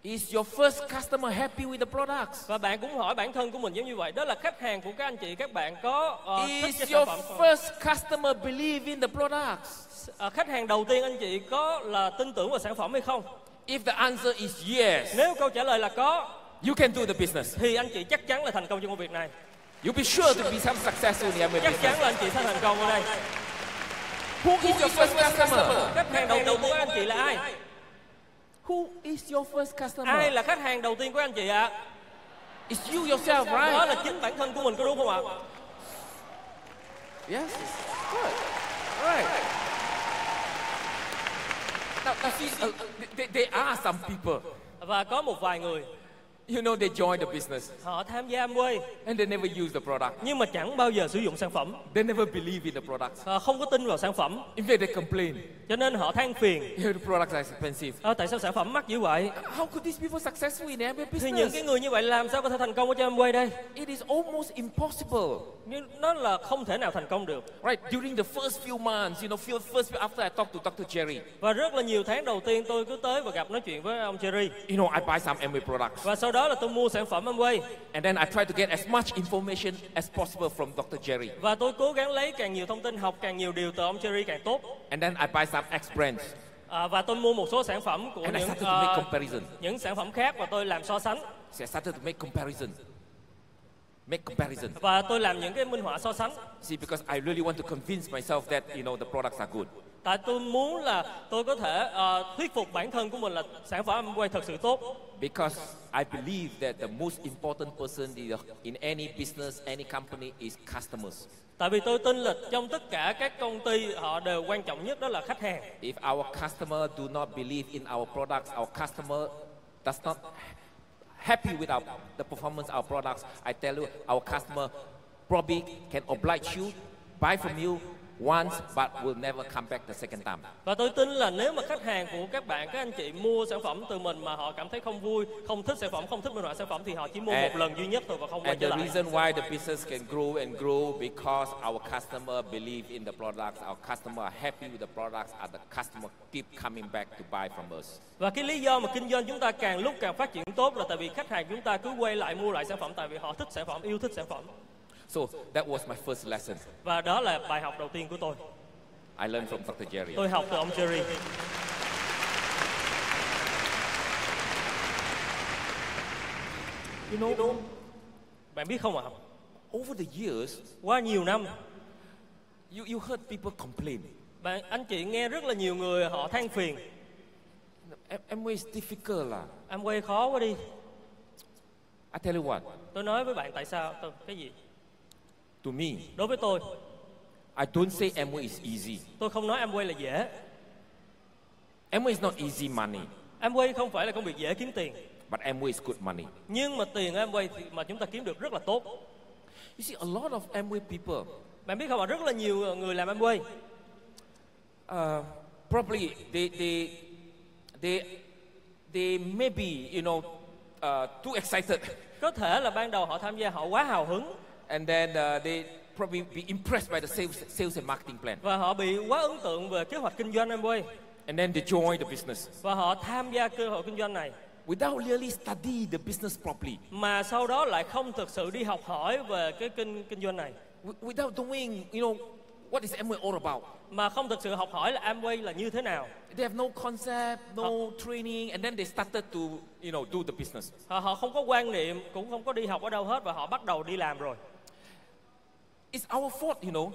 S3: Is your first customer happy with the products?
S4: và bạn cũng hỏi bản thân của mình giống như vậy đó là khách hàng của các anh chị các bạn có ờ, thích cái
S3: Is
S4: sản
S3: your
S4: phẩm không?
S3: first customer believe in the products?
S4: Ờ, khách hàng đầu tiên anh chị có là tin tưởng vào sản phẩm hay không
S3: If the answer is yes,
S4: nếu câu trả lời là có
S3: you can do the business.
S4: thì anh chị chắc chắn là thành công trong công việc này
S3: You'll be sure to become successful in the MLB
S4: chắc
S3: business.
S4: chắn là anh chị sẽ thành công ở đây
S3: Who is your first customer?
S4: khách hàng đầu tiên của anh chị là ai
S3: Who is your first
S4: ai
S3: customer?
S4: là khách hàng đầu tiên của anh chị ạ
S3: It's you yourself,
S4: đó
S3: right?
S4: là chính bản thân của mình có đúng không ạ
S3: Yes. Good. All right. Now, now see, uh, th- there are some people,
S4: và có một vài người
S3: you know, they join the business
S4: họ tham gia Amway
S3: and they never use the product.
S4: nhưng mà chẳng bao giờ sử dụng sản phẩm
S3: They never believe in the products.
S4: Họ không có tin vào sản phẩm
S3: In fact, they complain.
S4: cho nên họ than phiền
S3: Yeah, the products are expensive.
S4: Ờ, tại sao sản phẩm mắc dữ vậy
S3: How could these people successful in their
S4: thì những cái
S3: business?
S4: người như vậy làm sao có thể thành công ở trên Amway đây
S3: It is almost impossible.
S4: nhưng nó là không thể nào thành công được
S3: Right, during the first few months, you know, few, first few, after I talked to Dr. Jerry,
S4: và rất là nhiều tháng đầu tiên tôi cứ tới và gặp nói chuyện với ông Jerry
S3: you know, I buy some Amway products.
S4: và sau đó là tôi mua sản phẩm Amway
S3: And then I try to get as much information as possible from Dr. Jerry.
S4: Và tôi cố gắng lấy càng nhiều thông tin, học càng nhiều điều từ ông Cherry càng tốt.
S3: And then I buy some X brands.
S4: À, và tôi mua một số sản phẩm của
S3: And I
S4: những
S3: started to make
S4: ờ,
S3: comparison.
S4: những sản phẩm khác và tôi làm so sánh
S3: See, I started to make comparison. Make comparison.
S4: và tôi làm những cái minh họa so sánh.
S3: See, because I really want to convince myself that, you know, the products are good.
S4: Tại tôi muốn là tôi có thể ờ, thuyết phục bản thân của mình là sản phẩm Amway thật sự tốt.
S3: Because I believe that the most important person in the- in any business, any company is customers.
S4: Tại vì tôi tin là trong tất cả các công ty họ đều quan trọng nhất đó là khách hàng.
S3: If our customer do not believe in our products, our customer does not happy with our, the performance of our products, I tell you, our customer probably can oblige you, buy from you once, but will never come back the second time.
S4: Và tôi tin là nếu mà khách hàng của các bạn, các anh chị mua sản phẩm từ mình mà họ cảm thấy không vui, không thích sản phẩm, không thích minh họa sản phẩm thì họ chỉ mua
S3: And-
S4: một lần duy nhất thôi và không quay
S3: And
S4: trở
S3: the
S4: lại.
S3: reason why the business can grow and grow because our customer believe in the products, our customer are happy with the products, and the customer keep coming back to buy from us.
S4: Và cái lý do mà kinh doanh chúng ta càng lúc càng phát triển tốt là tại vì khách hàng chúng ta cứ quay lại mua lại sản phẩm tại vì họ thích sản phẩm, yêu thích sản phẩm.
S3: So that was my first lesson
S4: Và đó là bài học đầu tiên của tôi.
S3: I learned from Dr. Jerry.
S4: Tôi học từ ông Jerry.
S3: You know,
S4: Bạn biết không ạ?
S3: over the years,
S4: Qua nhiều năm,
S3: You, you heard people complain.
S4: bạn anh chị nghe rất là nhiều người họ than phiền,
S3: Am- Amway is difficult lah.
S4: em quay khó quá đi.
S3: I tell you what,
S4: Tôi nói với bạn tại sao? Tôi, cái gì?
S3: to me,
S4: Đối với tôi,
S3: I don't say Amway is easy.
S4: tôi không nói em quay là dễ.
S3: Amway is not easy money,
S4: Em quay không phải là công việc dễ kiếm tiền,
S3: but Amway is good money.
S4: nhưng mà tiền em quay mà chúng ta kiếm được rất là tốt.
S3: You see, a lot of Amway people,
S4: Bạn biết không ạ? Rất là nhiều người làm em quay
S3: uh, probably they, they, they, they may be, you know, uh, too excited. *laughs*
S4: có thể là ban đầu họ tham gia họ quá hào hứng
S3: And then uh, they probably be impressed by the sales, sales and marketing plan.
S4: và họ bị quá ấn tượng về kế hoạch kinh doanh Amway
S3: And then they join the business
S4: và họ tham gia cơ hội kinh doanh này
S3: without really study the business properly.
S4: mà sau đó lại không thực sự đi học hỏi về cái kinh kinh doanh này
S3: Wi- without doing, you know, What is Amway all about?
S4: mà không thực sự học hỏi là Amway là như thế nào.
S3: They have no concept, no training, and then they started to, you know, do the business.
S4: Họ, họ không có quan niệm, cũng không có đi học ở đâu hết và họ bắt đầu đi làm rồi.
S3: It's our fault, you know.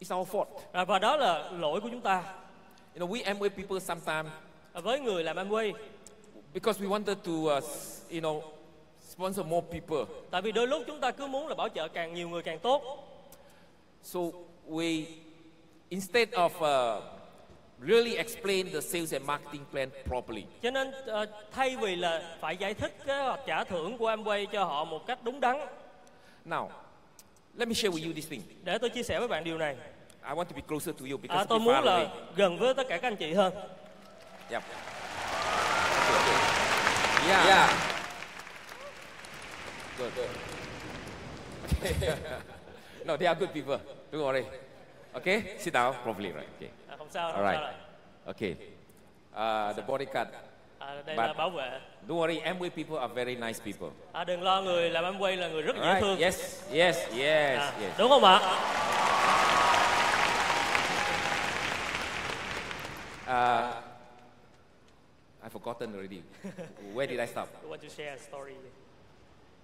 S3: It's our fault.
S4: À, và đó là lỗi của chúng ta.
S3: You know, we Amway people sometimes
S4: À, với người làm Amway,
S3: because we wanted to, uh, s- you know, sponsor more people.
S4: tại vì đôi lúc chúng ta cứ muốn là bảo trợ càng nhiều người càng tốt.
S3: So we, instead of uh, really explain the sales and marketing plan properly,
S4: Cho nên ờ, thay vì là phải giải thích cái hoặc trả thưởng của Amway cho họ một cách đúng đắn,
S3: now let me share with you this thing.
S4: để tôi chia sẻ với bạn điều này.
S3: I want to be closer to you
S4: À,
S3: because
S4: tôi
S3: we're far
S4: muốn
S3: away.
S4: là gần với tất cả các anh chị hơn.
S3: Yeah. Yeah. yeah. Good. no, they are good people. Don't worry. Okay, sit down properly, right? Okay.
S4: À, không sao,
S3: All
S4: không sao.
S3: right.
S4: rồi.
S3: Okay. Uh, the bodyguard.
S4: À, đây
S3: Bạn-
S4: là bảo vệ.
S3: Don't worry, Amway people are very nice people.
S4: À, đừng lo người làm Amway là người rất
S3: All
S4: dễ
S3: right.
S4: thương.
S3: Yes. Yes. Yes.
S4: À,
S3: Yes.
S4: Đúng không ạ?
S3: I've forgotten already. *laughs* Where did I stop?
S4: We want to share a story.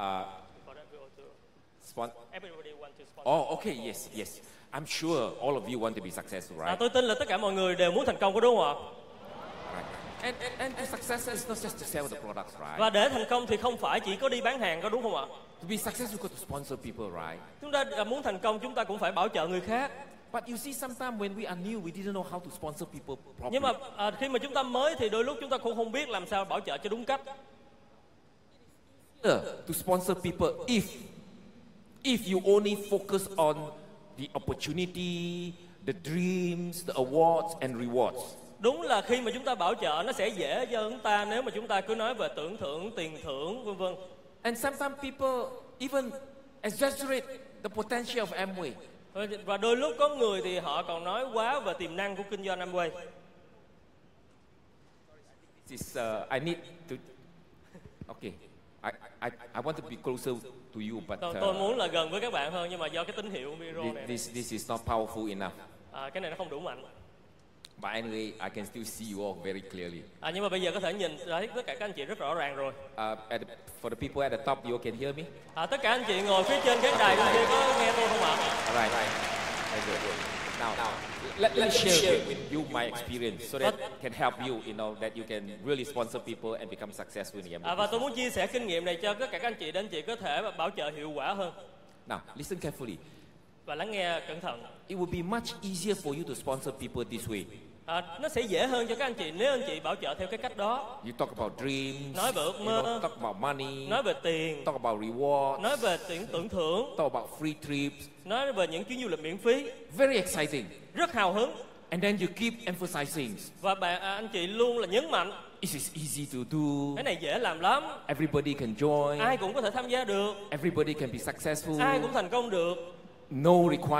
S3: À.
S4: For that, we want to-
S3: Spon-
S4: everybody want to sponsor.
S3: oh, okay. Yes. Yes. I'm sure all of you want to be successful,
S4: À,
S3: right?
S4: tôi tin là tất cả mọi người đều muốn thành công có đúng không ạ?
S3: Right. And, and, and success is not just to sell the products, right?
S4: Và để thành công thì không phải chỉ có đi bán hàng có đúng không ạ?
S3: To be successful, you got to sponsor people, right?
S4: Chúng ta đã muốn thành công chúng ta cũng phải bảo trợ người khác.
S3: But you see, sometimes when we are new, we didn't know how to sponsor people properly.
S4: Nhưng mà à, khi mà chúng ta mới thì đôi lúc chúng ta cũng không biết làm sao bảo trợ cho đúng cách.
S3: Better to sponsor people if if you only focus on the opportunity, the dreams, the awards and rewards.
S4: Đúng là khi mà chúng ta bảo trợ nó sẽ dễ cho chúng ta nếu mà chúng ta cứ nói về tưởng thưởng, tiền thưởng vân vân.
S3: And sometimes people even exaggerate the potential of Amway.
S4: Và đôi lúc có người thì họ còn nói quá về tiềm năng của kinh doanh Amway.
S3: This is, uh, I need to. Okay, I, I, I want to be closer to you, but
S4: Tôi,
S3: uh,
S4: tôi muốn là gần với các bạn hơn nhưng mà do cái tín hiệu video
S3: Thi-
S4: này
S3: This, this is not powerful enough.
S4: à, cái này nó không đủ mạnh.
S3: But anyway, I can still see you all very clearly.
S4: À, nhưng mà bây giờ có thể nhìn thấy tất cả các anh chị rất rõ ràng rồi.
S3: Uh, at the, for the people at the top, you all can hear me?
S4: À, tất cả anh chị ngồi phía trên khán đài bên kia có nghe tôi không ạ?
S3: All right. Very good. Now, let, let me share with, with you my experience so that can help you, you know, that you can really sponsor people and become successful in the
S4: À, và
S3: MBA.
S4: tôi muốn chia sẻ kinh nghiệm này cho tất cả các anh chị để anh chị có thể bảo trợ hiệu quả hơn
S3: Now, listen carefully.
S4: và lắng nghe cẩn thận.
S3: It would be much easier for you to sponsor people this way.
S4: À, nó sẽ dễ hơn cho các anh chị nếu anh chị bảo trợ theo cái cách đó.
S3: You talk about dreams,
S4: Nói về ước
S3: you
S4: mơ.
S3: know, talk about money,
S4: Nói về tiền,
S3: talk about rewards,
S4: nói về tưởng tưởng thưởng,
S3: talk about free trips.
S4: nói về những chuyến du lịch miễn phí
S3: Very exciting.
S4: rất hào hứng
S3: And then you keep emphasizing
S4: và bạn à, anh chị luôn là nhấn mạnh
S3: It is easy to do.
S4: cái này dễ làm lắm,
S3: Everybody can join.
S4: ai cũng có thể tham gia được,
S3: Everybody can be successful.
S4: ai cũng thành công được,
S3: No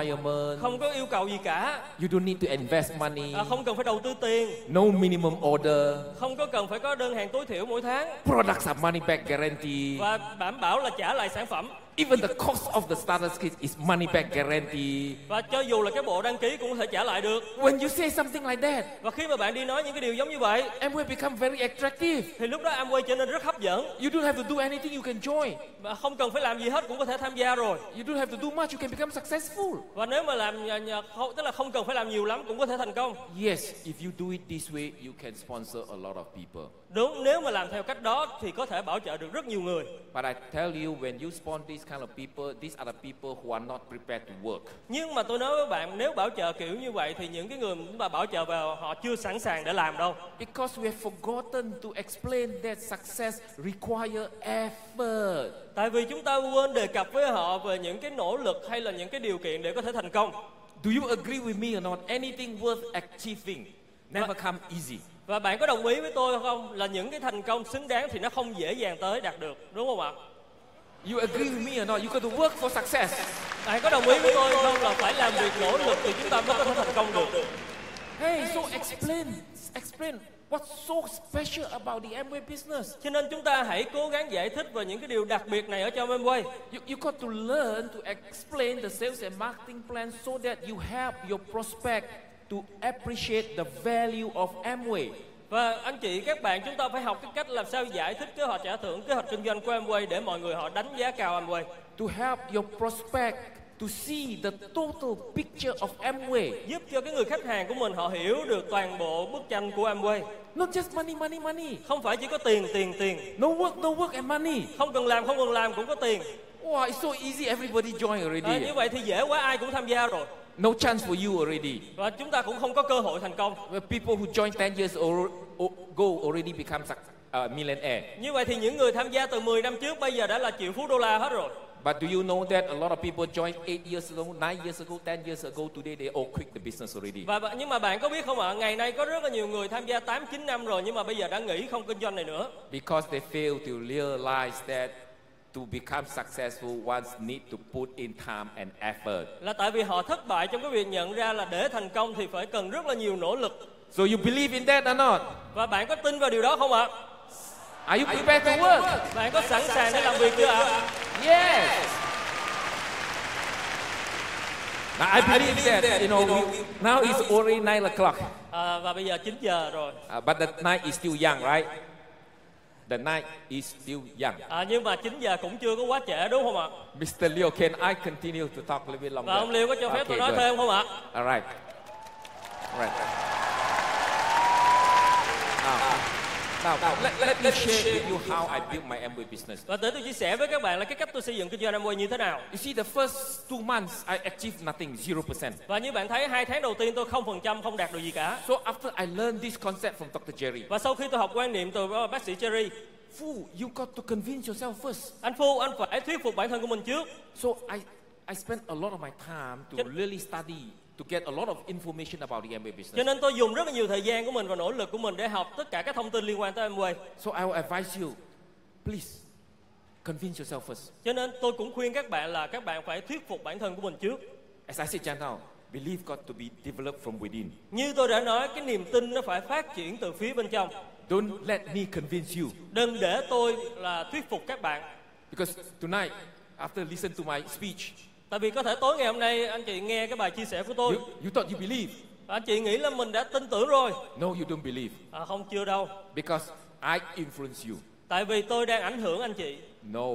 S3: requirement.
S4: không có yêu cầu gì cả,
S3: You don't need to invest money.
S4: à, không cần phải đầu tư tiền,
S3: No minimum order.
S4: không có cần phải có đơn hàng tối thiểu mỗi tháng
S3: Products are money back guarantee.
S4: và đảm bảo là trả lại sản phẩm
S3: Even the cost of the starter kit is money back guarantee.
S4: và cho dù là cái bộ đăng ký cũng có thể trả lại được
S3: When you say something like that,
S4: và khi mà bạn đi nói những cái điều giống như vậy
S3: and will become very attractive.
S4: thì lúc đó Amway trở nên rất hấp dẫn
S3: You don't have to do anything, you can join.
S4: và không cần phải làm gì hết cũng có thể tham gia rồi
S3: You don't have to do much, you can become successful.
S4: và nếu mà làm nhờ, nhờ, không- tức là không cần phải làm nhiều lắm cũng có thể thành công
S3: Yes, if you do it this way, you can sponsor a lot of people.
S4: đúng nếu mà làm theo cách đó thì có thể bảo trợ được rất nhiều người
S3: But I tell you, when you spawn these kind of people, these are the people who are not prepared to work.
S4: nhưng mà tôi nói với bạn nếu bảo trợ kiểu như vậy thì những cái người mà bảo trợ vào họ chưa sẵn sàng để làm đâu
S3: Because we have forgotten to explain that success requires effort.
S4: tại vì chúng ta quên đề cập với họ về những cái nỗ lực hay là những cái điều kiện để có thể thành công
S3: Do you agree with me or not? Anything worth achieving never come easy.
S4: Và bạn có đồng ý với tôi không là những cái thành công xứng đáng thì nó không dễ dàng tới đạt được đúng không ạ?
S3: You agree with me or not? You got to work for success.
S4: Bạn có đồng ý với tôi không là phải làm việc nỗ lực thì chúng ta mới có thể thành công được.
S3: Hey, so explain, explain. What's so special about the Amway business?
S4: Cho nên chúng ta hãy cố gắng giải thích về những cái điều đặc biệt này ở trong Amway.
S3: You, you got to learn to explain the sales and marketing plan so that you help your prospect to appreciate the value of Amway.
S4: Và anh chị các bạn chúng ta phải học cái cách làm sao giải thích kế hoạch trả thưởng, kế hoạch kinh doanh của Amway để mọi người họ đánh giá cao Amway.
S3: To help your prospect to see the total picture of Amway.
S4: Giúp cho cái người khách hàng của mình họ hiểu được toàn bộ bức tranh của Amway.
S3: Not just money, money, money.
S4: Không phải chỉ có tiền, tiền, tiền.
S3: No work, no work and money.
S4: Không cần làm, không cần làm cũng có tiền.
S3: Wow, it's so easy. Everybody join
S4: Đấy, như
S3: already.
S4: vậy thì dễ quá ai cũng tham gia rồi.
S3: No chance for you already.
S4: Và chúng ta cũng không có cơ hội thành công.
S3: The people who join 10 years or, or, go already become suc- uh, millionaire.
S4: Như vậy thì những người tham gia từ 10 năm trước bây giờ đã là triệu phú đô la hết rồi.
S3: But do you know that a lot of people joined 8 years ago, 9 years ago, 10 years ago, today they all quit the business already.
S4: Và bạn- nhưng mà bạn có biết không ạ, ngày nay có rất là nhiều người tham gia 8 9 năm rồi nhưng mà bây giờ đã nghỉ không kinh doanh này nữa.
S3: Because they fail to realize that to become successful, one need to put in time and effort.
S4: Là tại vì họ thất bại trong cái việc nhận ra là để thành công thì phải cần rất là nhiều nỗ lực.
S3: So you believe in that or not?
S4: Và bạn có tin vào điều đó không ạ?
S3: Are you prepared to work?
S4: Bạn có sẵn sàng để làm việc chưa ạ?
S3: Yes. Now I believe that, you know, we- now it's already 9 o'clock.
S4: À, và bây giờ 9 giờ rồi.
S3: Uh, but the night is still young, right? The night is still young.
S4: À, nhưng mà 9 giờ cũng chưa có quá trễ đúng không ạ?
S3: Mr. Leo, can I continue to talk a little bit longer?
S4: Và ông Liêu có cho phép tôi nói
S3: good.
S4: thêm không ạ?
S3: All right. All right. Now, now let, let me share with you how I built my Amway business.
S4: Và để tôi chia sẻ với các bạn là cái cách tôi xây dựng kinh doanh Amway như thế nào.
S3: You see, the first two months, I achieved nothing, 0%.
S4: Và như bạn thấy hai tháng đầu tiên tôi không phần trăm không đạt được gì cả.
S3: So after I learned this concept from Dr. Jerry,
S4: Và sau khi tôi học quan niệm từ uh, bác sĩ Cherry,
S3: Fu, you got to convince yourself first.
S4: anh Phu anh phải thuyết phục bản thân của mình trước.
S3: So I, I spent a lot of my time to
S4: Cho-
S3: really study to get a lot of information about the Amway business.
S4: Cho nên tôi dùng rất là nhiều thời gian của mình và nỗ lực của mình để học tất cả các thông tin liên quan tới Amway.
S3: So I will advise you, please convince yourself first.
S4: Cho nên tôi cũng khuyên các bạn là các bạn phải thuyết phục bản thân của mình trước.
S3: As I said just now, belief got to be developed from within.
S4: Như tôi đã nói, cái niềm tin nó phải phát triển từ phía bên trong.
S3: Don't let me convince you.
S4: Đừng để tôi là thuyết phục các bạn.
S3: Because tonight, after listen to my speech,
S4: Tại vì có thể tối ngày hôm nay anh chị nghe cái bài chia sẻ của tôi,
S3: you, you thought you believe.
S4: và anh chị nghĩ là mình đã tin tưởng rồi.
S3: No, you don't believe.
S4: À, không chưa đâu.
S3: Because I influence you.
S4: Tại vì tôi đang ảnh hưởng anh chị.
S3: No.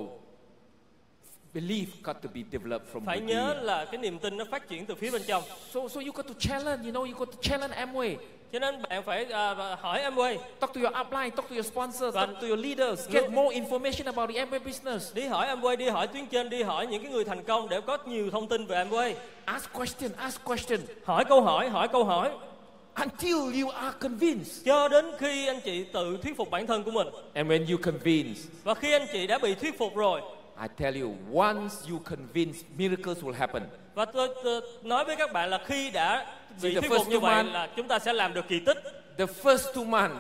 S3: Belief got to be developed from
S4: Phải nhớ
S3: within.
S4: là cái niềm tin nó phát triển từ phía bên trong.
S3: So, so you got to challenge, you know, you got to challenge Amway.
S4: Cho nên bạn phải à, hỏi Amway
S3: Talk to your upline, talk to your sponsors,
S4: Và-
S3: talk to your leaders. Get more information about the Amway business.
S4: Đi hỏi Amway, đi hỏi tuyến trên, đi hỏi những cái người thành công để có nhiều thông tin về Amway.
S3: Ask question, ask question
S4: Hỏi câu hỏi, hỏi câu hỏi
S3: until you are convinced.
S4: cho đến khi anh chị tự thuyết phục bản thân của mình.
S3: And when you convince,
S4: Và khi anh chị đã bị thuyết phục rồi
S3: I tell you, once you convince, miracles will happen.
S4: và tôi, tôi nói với các bạn là khi đã
S3: See,
S4: bị
S3: the
S4: thuyết
S3: first
S4: phục như
S3: two
S4: vậy
S3: months-
S4: là chúng ta sẽ làm được kỳ tích.
S3: The first two months,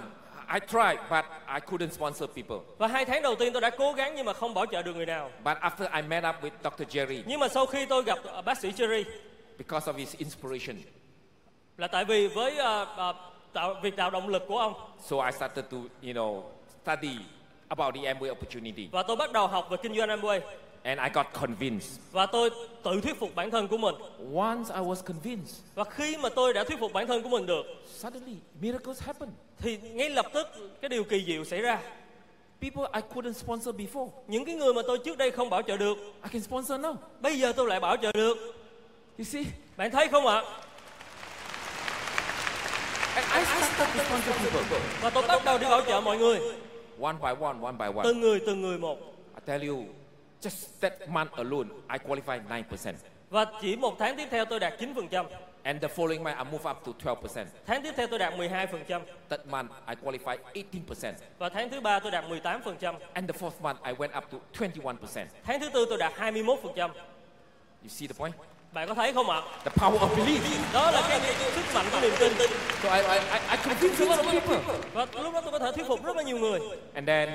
S3: I tried, but I couldn't sponsor people.
S4: Và hai tháng đầu tiên tôi đã cố gắng nhưng mà không bảo trợ được người nào.
S3: But after I met up with Dr. Jerry,
S4: Nhưng mà sau khi tôi gặp ờ, bác sĩ Cherry
S3: because of his inspiration,
S4: là tại vì với ờ, ờ, tạo việc tạo động lực của ông
S3: so I started to, you know, study about the Amway opportunity.
S4: và tôi bắt đầu học về kinh doanh Amway
S3: And I got convinced.
S4: và tôi tự thuyết phục bản thân của mình.
S3: Once I was convinced,
S4: Và khi mà tôi đã thuyết phục bản thân của mình được
S3: suddenly miracles happened.
S4: thì ngay lập tức cái điều kỳ diệu xảy ra.
S3: People I couldn't sponsor before,
S4: Những cái người mà tôi trước đây không bảo trợ được,
S3: I can sponsor now.
S4: bây giờ tôi lại bảo trợ được.
S3: You see?
S4: Bạn thấy không ạ?
S3: And I started to sponsor people.
S4: Và tôi bắt đầu đi bảo trợ mọi người,
S3: One by one, one by one.
S4: từng người từng người một.
S3: I tell you, just that month alone, I qualified 9%.
S4: Và chỉ một tháng tiếp theo tôi đạt 9%,
S3: And the following month, I move up to 12%.
S4: tháng tiếp theo tôi đạt 12%,
S3: Third month, I qualified 18%.
S4: và tháng thứ ba tôi đạt 18%,
S3: And the fourth month, I went up to 21%.
S4: tháng thứ tư tôi đạt 21%.
S3: You see the point?
S4: Bạn có thấy không ạ?
S3: The power of belief.
S4: Đó là cái sức mạnh của niềm tin.
S3: So I, I, I, I convinced a lot of people.
S4: Và lúc đó tôi có thể thuyết phục rất là nhiều người.
S3: And then,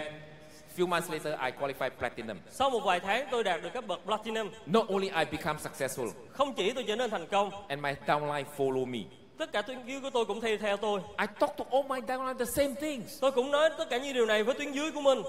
S3: few months later, I qualified platinum.
S4: Sau một vài tháng tôi đạt được cấp bậc Platinum.
S3: Not only I become successful,
S4: Không chỉ tôi trở nên thành công
S3: and my downline follow me.
S4: tất cả tuyến dưới của tôi cũng theo theo tôi
S3: I talk to all my downline the same things.
S4: tôi cũng nói tất cả những điều này với tuyến dưới của mình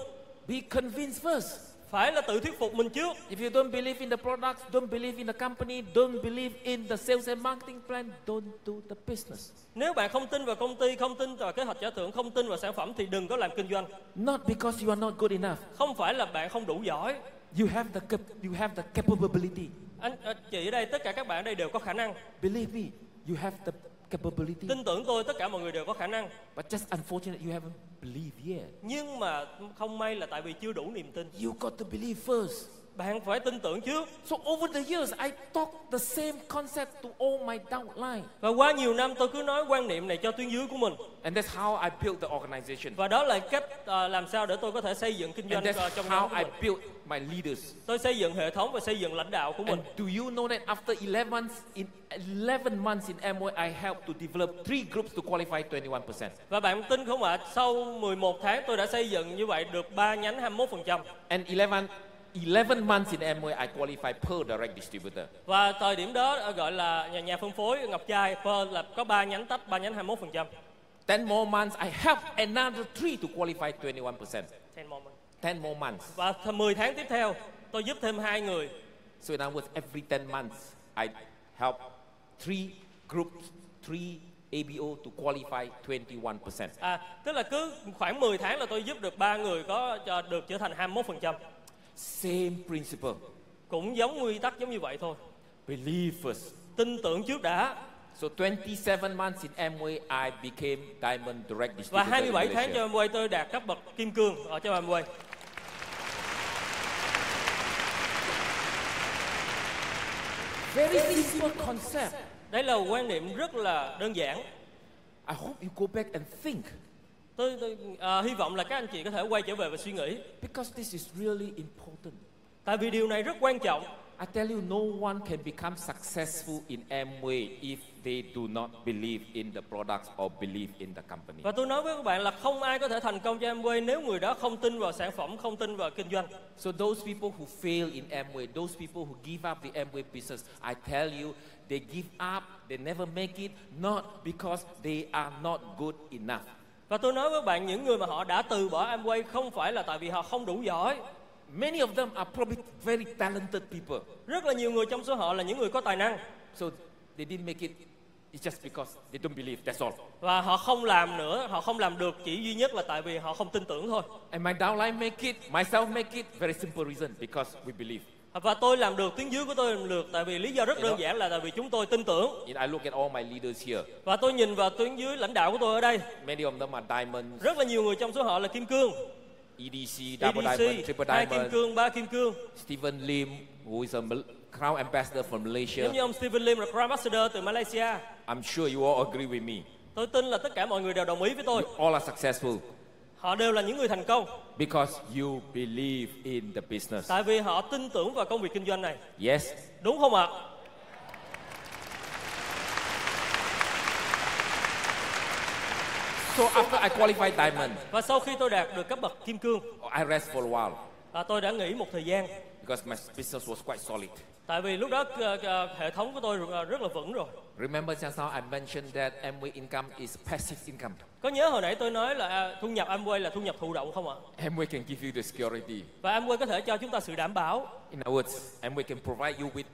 S3: Be convinced first.
S4: phải là tự thuyết phục mình trước
S3: If you don't believe in the products, don't believe in the company, don't believe in the sales and marketing plan, don't do the business.
S4: nếu bạn không tin vào công ty không tin vào kế hoạch trả thưởng không tin vào sản phẩm thì đừng có làm kinh doanh
S3: Not because you are not good enough.
S4: không phải là bạn không đủ giỏi
S3: You have the cap- you have the capability.
S4: anh ờ, chị ở đây tất cả các bạn ở đây đều có khả năng
S3: Believe me, you have the capability.
S4: tin tưởng tôi tất cả mọi người đều có khả năng
S3: But just unfortunate you haven't believed yet.
S4: nhưng mà không may là tại vì chưa đủ niềm tin
S3: You got to believe first.
S4: bạn phải tin tưởng trước
S3: So over the years, I taught the same concept to all my downline,
S4: và qua nhiều năm tôi cứ nói quan niệm này cho tuyến dưới của mình
S3: and that's how I built the organization.
S4: và đó là cách ờ, làm sao để tôi có thể xây dựng kinh doanh
S3: And
S4: ờ,
S3: that's
S4: trong
S3: how
S4: nhóm của
S3: I
S4: mình
S3: built my leaders.
S4: tôi xây dựng hệ thống và xây dựng lãnh đạo của mình
S3: And do you know that after 11 months in 11 months in Amway, I helped to develop three groups to qualify 21%.
S4: Và bạn tin không ạ? Sau 11 tháng tôi đã xây dựng như vậy được 3 nhánh 21%.
S3: And 11, 11 months in Amway, I qualify per direct distributor.
S4: Và thời điểm đó ờ, gọi là nhà nhà phân phối Ngọc Trai Pearl là có 3 nhánh tách 3 nhánh 21%.
S3: 10 more months, I helped another three to qualify 21%.
S4: 10 moment.
S3: 10 more months.
S4: Và th- 10 tháng tiếp theo tôi giúp thêm hai người.
S3: So in other words, every 10 months, I help three groups, three ABO to qualify 21%.
S4: À, tức là cứ khoảng 10 tháng là tôi giúp được ba người có cho được trở thành 21%.
S3: Same principle.
S4: Cũng giống nguyên tắc giống như vậy thôi.
S3: Believe first.
S4: Tin tưởng trước đã.
S3: So 27 months in Amway, I became Diamond Direct Distributor
S4: Và
S3: in
S4: 27 tháng
S3: Malaysia.
S4: cho Amway tôi đạt cấp bậc kim cương ở cho Amway.
S3: Very simple concept.
S4: Đây là quan niệm rất là đơn giản.
S3: I hope you go back and think
S4: Tôi, tôi à, hy vọng là các anh chị có thể quay trở về và suy nghĩ.
S3: because this is really important.
S4: Tại vì điều này rất quan trọng.
S3: I tell you, no one can become successful in Amway if they do not believe in the products or believe in the company.
S4: Và tôi nói với các bạn là không ai có thể thành công cho Amway nếu người đó không tin vào sản phẩm, không tin vào kinh doanh.
S3: So those people who fail in Amway, those people who give up the Amway business, I tell you, they give up, they never make it, not because they are not good enough.
S4: Và tôi nói với các bạn những người mà họ đã từ bỏ Amway không phải là tại vì họ không đủ giỏi.
S3: Many of them are probably very talented people.
S4: Rất là nhiều người trong số họ là những người có tài năng
S3: So they didn't make it, it's just because they don't believe, that's all.
S4: và họ không làm nữa, họ không làm được chỉ duy nhất là tại vì họ không tin tưởng thôi.
S3: And my downline make it, myself make it, very simple reason, because we believe.
S4: Và tôi làm được, tuyến dưới của tôi làm được tại vì lý do rất
S3: Vậy
S4: đơn
S3: đó.
S4: giản là tại vì chúng tôi tin tưởng.
S3: And I look at all my leaders here,
S4: Và tôi nhìn vào tuyến dưới lãnh đạo của tôi ở đây,
S3: many of them are diamonds,
S4: rất là nhiều người trong số họ là kim cương.
S3: EDC, double diamond,
S4: EDC,
S3: triple
S4: hai kim
S3: diamond,
S4: cương, ba kim cương.
S3: Stephen Lim, who is a Mal- crown ambassador from Malaysia.
S4: Giống như ông Stephen Lim là Crown Ambassador từ Malaysia.
S3: I'm sure you all agree with me.
S4: Tôi tin là tất cả mọi người đều đồng ý với tôi.
S3: You all are successful
S4: Họ đều là những người thành công
S3: because you believe in the business.
S4: tại vì họ tin tưởng vào công việc kinh doanh này.
S3: Yes.
S4: Đúng không ạ?
S3: So after I qualify diamond,
S4: Và sau khi tôi đạt được cấp bậc kim cương,
S3: I rest for a while
S4: à, tôi đã nghỉ một thời gian
S3: because my business was quite solid.
S4: tại vì lúc đó ờ, ờ, hệ thống của tôi ờ, rất là vững rồi.
S3: Remember just now I mentioned that Amway income is passive income.
S4: Có nhớ hồi nãy tôi nói là à, thu nhập Amway là thu nhập thụ động không ạ?
S3: Amway can give you the security.
S4: Và Amway có thể cho chúng ta sự đảm bảo.
S3: In other words, Amway can provide you with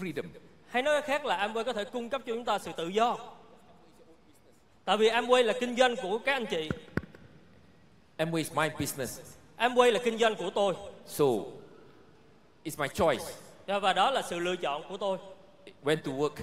S3: freedom.
S4: Hay nói cách khác là Amway có thể cung cấp cho chúng ta sự tự do. Tại vì Amway là kinh doanh của các anh chị,
S3: Amway is my business.
S4: Amway là kinh doanh của tôi.
S3: So it's my choice
S4: Dạ, Và đó là sự lựa chọn của tôi
S3: when to work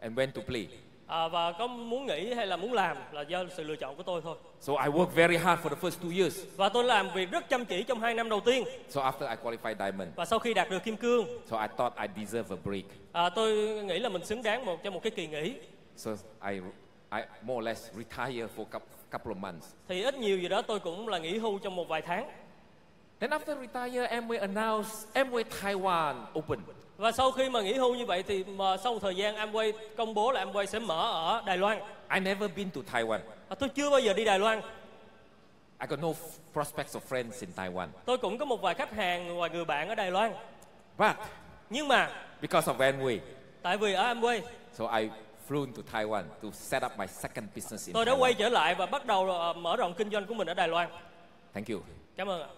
S3: and when to play.
S4: à, Và có muốn nghỉ hay là muốn làm là do sự lựa chọn của tôi thôi
S3: So I worked very hard for the first two years.
S4: Và tôi làm việc rất chăm chỉ trong 2 năm đầu tiên
S3: So after I qualified diamond,
S4: Và sau khi đạt được kim cương
S3: so I thought I deserve a break.
S4: à, Tôi nghĩ là mình xứng đáng một cho một cái kỳ nghỉ
S3: So I, I more or less retire for a couple of months.
S4: Thì ít nhiều gì đó tôi cũng là nghỉ hưu trong một vài tháng
S3: Then after retire, Amway announced Amway Taiwan open.
S4: Và sau khi mà nghỉ hưu như vậy thì mà sau một thời gian Amway công bố là Amway sẽ mở ở Đài Loan
S3: I never been to Taiwan.
S4: à, Tôi chưa bao giờ đi Đài Loan
S3: I got no f- prospects of friends in Taiwan.
S4: Tôi cũng có một vài khách hàng và người bạn ở Đài Loan
S3: But
S4: Nhưng mà
S3: because of Amway,
S4: tại vì ở Amway
S3: so I flew into Taiwan to set up my second business in
S4: Tôi đã quay
S3: Taiwan.
S4: trở lại và bắt đầu ờ, mở rộng kinh doanh của mình ở Đài Loan.
S3: Thank you.
S4: Cảm ơn ạ.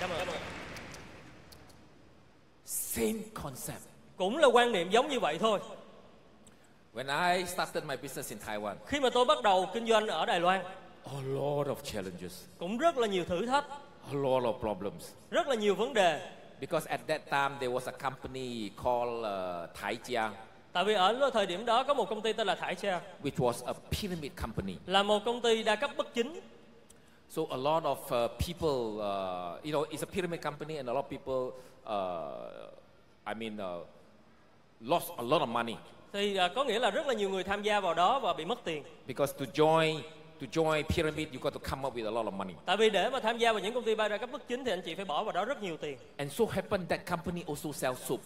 S4: Cảm ơn.
S3: Same concept.
S4: Cũng là quan niệm giống như vậy thôi.
S3: When I started my business in Taiwan,
S4: Khi mà tôi bắt đầu kinh doanh ở Đài Loan,
S3: a lot of challenges,
S4: cũng rất là nhiều thử thách,
S3: a lot of problems.
S4: rất là nhiều vấn đề.
S3: Because at that time there was a company called uh, Tai Jia,
S4: Tại vì ở thời điểm đó có một công ty tên là Thải Cha,
S3: which was a pyramid company.
S4: là một công ty đa cấp bất chính.
S3: So a lot of uh, people, uh, you know, it's a pyramid company, and a lot of people, uh, I mean, uh, lost a lot of money
S4: Thì à, có nghĩa là rất là nhiều người tham gia vào đó và bị mất tiền.
S3: because to join to join pyramid, you got to come up with a lot of money.
S4: Tại vì để mà tham gia vào những công ty ba đa cấp bất chính thì anh chị phải bỏ vào đó rất nhiều tiền.
S3: And so happened that company also sells soup.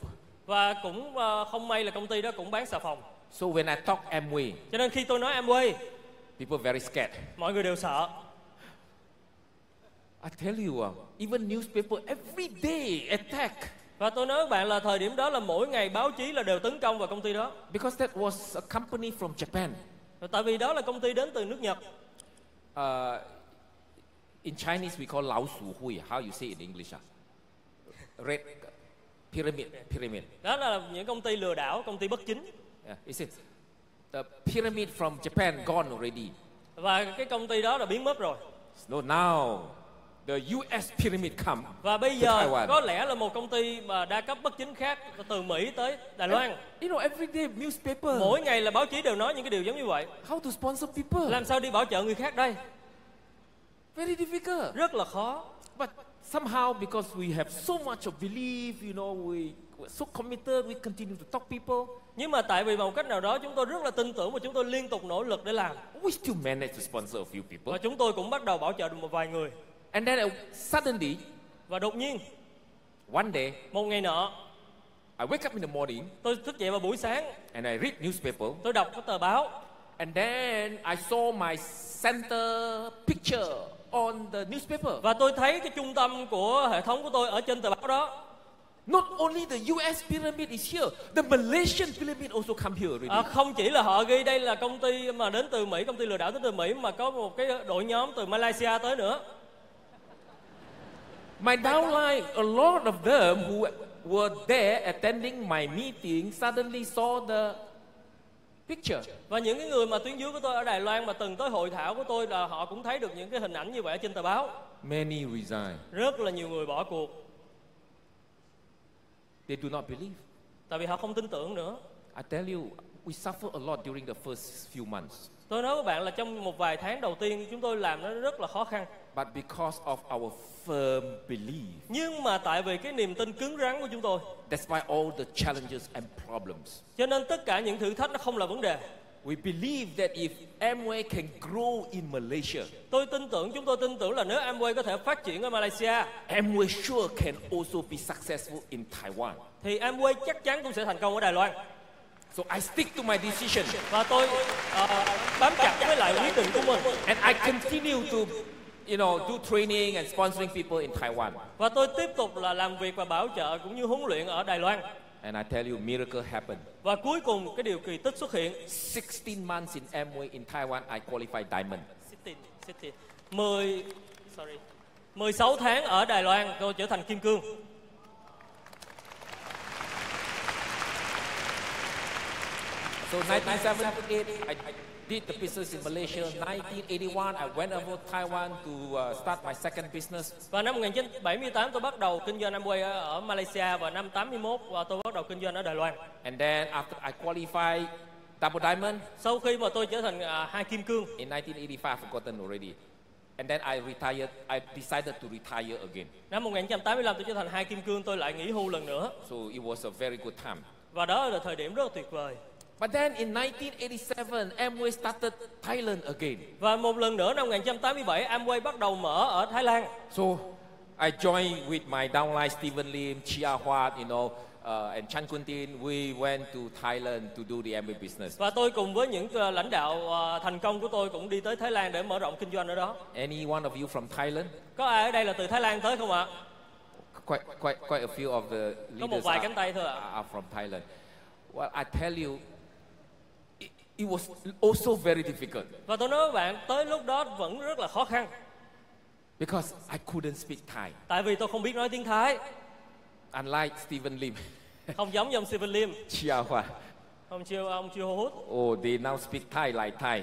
S4: Và cũng à, không may là công ty đó cũng bán xà phòng.
S3: So when I talk Amway,
S4: Cho nên khi tôi nói Amway,
S3: people very scared.
S4: mọi người đều sợ.
S3: I tell you, uh, even newspaper every day attack
S4: Và tôi nói với bạn là thời điểm đó là mỗi ngày báo chí là đều tấn công vào công ty đó.
S3: because that was a company from Japan.
S4: Và Tại vì đó là công ty đến từ nước Nhật.
S3: Uh, in Chinese, we call Lao Su Hui. How you say it in English? ah? Red pyramid, pyramid.
S4: Đó là những công ty lừa đảo, công ty bất chính.
S3: Yeah, it's it. The pyramid from Japan gone already.
S4: Và cái công ty đó là biến mất rồi.
S3: So now, the U.S. pyramid come.
S4: Và bây
S3: to
S4: giờ
S3: Taiwan.
S4: có lẽ là một công ty mà đa cấp bất chính khác từ Mỹ tới Đài Loan.
S3: You know, every day newspaper.
S4: Mỗi ngày là báo chí đều nói những cái điều giống như vậy.
S3: How to sponsor people?
S4: Làm sao đi bảo trợ người khác đây?
S3: Very difficult.
S4: Rất là khó.
S3: But somehow, because we have so much of belief, you know, we we're so committed, we continue to talk people,
S4: Nhưng mà tại vì bằng một cách nào đó chúng tôi rất là tin tưởng và chúng tôi liên tục nỗ lực để làm.
S3: we still manage to sponsor a few people.
S4: Và chúng tôi cũng bắt đầu bảo trợ được một vài người.
S3: And then uh, suddenly,
S4: Và đột nhiên,
S3: one day,
S4: một ngày nọ,
S3: I wake up in the morning
S4: tôi thức dậy vào buổi sáng,
S3: and I read newspaper,
S4: tôi đọc cái tờ báo
S3: and then I saw my center picture on the newspaper.
S4: và tôi thấy cái trung tâm của hệ thống của tôi ở trên tờ báo đó.
S3: Not only the U.S. pyramid is here, the Malaysian pyramid also come here already.
S4: À, không chỉ là họ ghi đây là công ty mà đến từ Mỹ, công ty lừa đảo đến từ Mỹ mà có một cái đội nhóm từ Malaysia tới nữa.
S3: My downline, a lot of them who were there attending my meeting suddenly saw the picture.
S4: Và những cái người mà tuyến dưới của tôi ở Đài Loan mà từng tới hội thảo của tôi là họ cũng thấy được những cái hình ảnh như vậy ở trên tờ báo.
S3: Many resign.
S4: Rất là nhiều người bỏ cuộc
S3: They do not believe.
S4: tại vì họ không tin tưởng nữa.
S3: I tell you, we suffer a lot during the first few months.
S4: Tôi nói với bạn là trong một vài tháng đầu tiên chúng tôi làm nó rất là khó khăn.
S3: But because of our firm belief,
S4: Nhưng mà tại vì cái niềm tin cứng rắn của chúng tôi
S3: despite all the challenges and problems,
S4: cho nên tất cả những thử thách nó không là vấn đề.
S3: we believe that if Amway can grow in Malaysia,
S4: Tôi tin tưởng, chúng tôi tin tưởng là nếu Amway có thể phát triển ở Malaysia
S3: Amway sure can also be successful in Taiwan.
S4: thì Amway chắc chắn cũng sẽ thành công ở Đài Loan.
S3: So I stick to my decision
S4: Và tôi ờ, bám chặt với lại quyết định của mình
S3: and I continue to, you know, do training and sponsoring people in Taiwan.
S4: và tôi tiếp tục là làm việc và bảo trợ cũng như huấn luyện ở Đài Loan.
S3: And I tell you, miracle happened.
S4: Và cuối cùng cái điều kỳ tích xuất hiện.
S3: 16 months in Amway in Taiwan, I qualified diamond.
S4: 10 sorry. 16 tháng ở Đài Loan tôi trở thành kim cương.
S3: So 1978, I I did the business in Malaysia. 1981, I went over Taiwan to uh, start my second business.
S4: Và năm 1978 tôi bắt đầu kinh doanh Amway ở- ở Malaysia và năm 81 và ờ, tôi bắt đầu kinh doanh ở Đài Loan.
S3: And then after I qualified double diamond
S4: Sau khi mà tôi trở thành à, hai kim cương
S3: in 1985, forgotten already. And then I retired. I decided to retire again.
S4: Năm 1985 tôi trở thành hai kim cương tôi lại nghỉ hưu lần nữa
S3: So it was a very good time.
S4: Và đó là thời điểm rất là tuyệt vời
S3: But then in 1987, Amway started Thailand again.
S4: Và một lần nữa năm 1987 Amway bắt đầu mở ở Thái Lan
S3: So I joined with my downline Stephen Lim, Chia Hua, you know, uh, and Chan Kun Tin. We went to Thailand to do the Amway business.
S4: Và tôi cùng với những ờ, lãnh đạo ờ, thành công của tôi cũng đi tới Thái Lan để mở rộng kinh doanh ở đó
S3: Any one of you from Thailand?
S4: Có ai ở đây là từ Thái Lan tới không ạ?
S3: quite, quite, quite a few of the
S4: Có một
S3: leaders
S4: vài
S3: are,
S4: cánh tay thôi ạ.
S3: are are from Thailand. Well, I tell you, it, it was also very difficult
S4: Và tôi nói với bạn, tới lúc đó vẫn rất là khó khăn.
S3: because I couldn't speak Thai,
S4: Tại vì tôi không biết nói tiếng Thái,
S3: unlike Stephen Lim, *laughs*
S4: không giống như ông Stephen Lim,
S3: Chia Hoa.
S4: ông Chiêu ông Chiêu Hô Hút.
S3: Oh, they now speak Thai like Thai,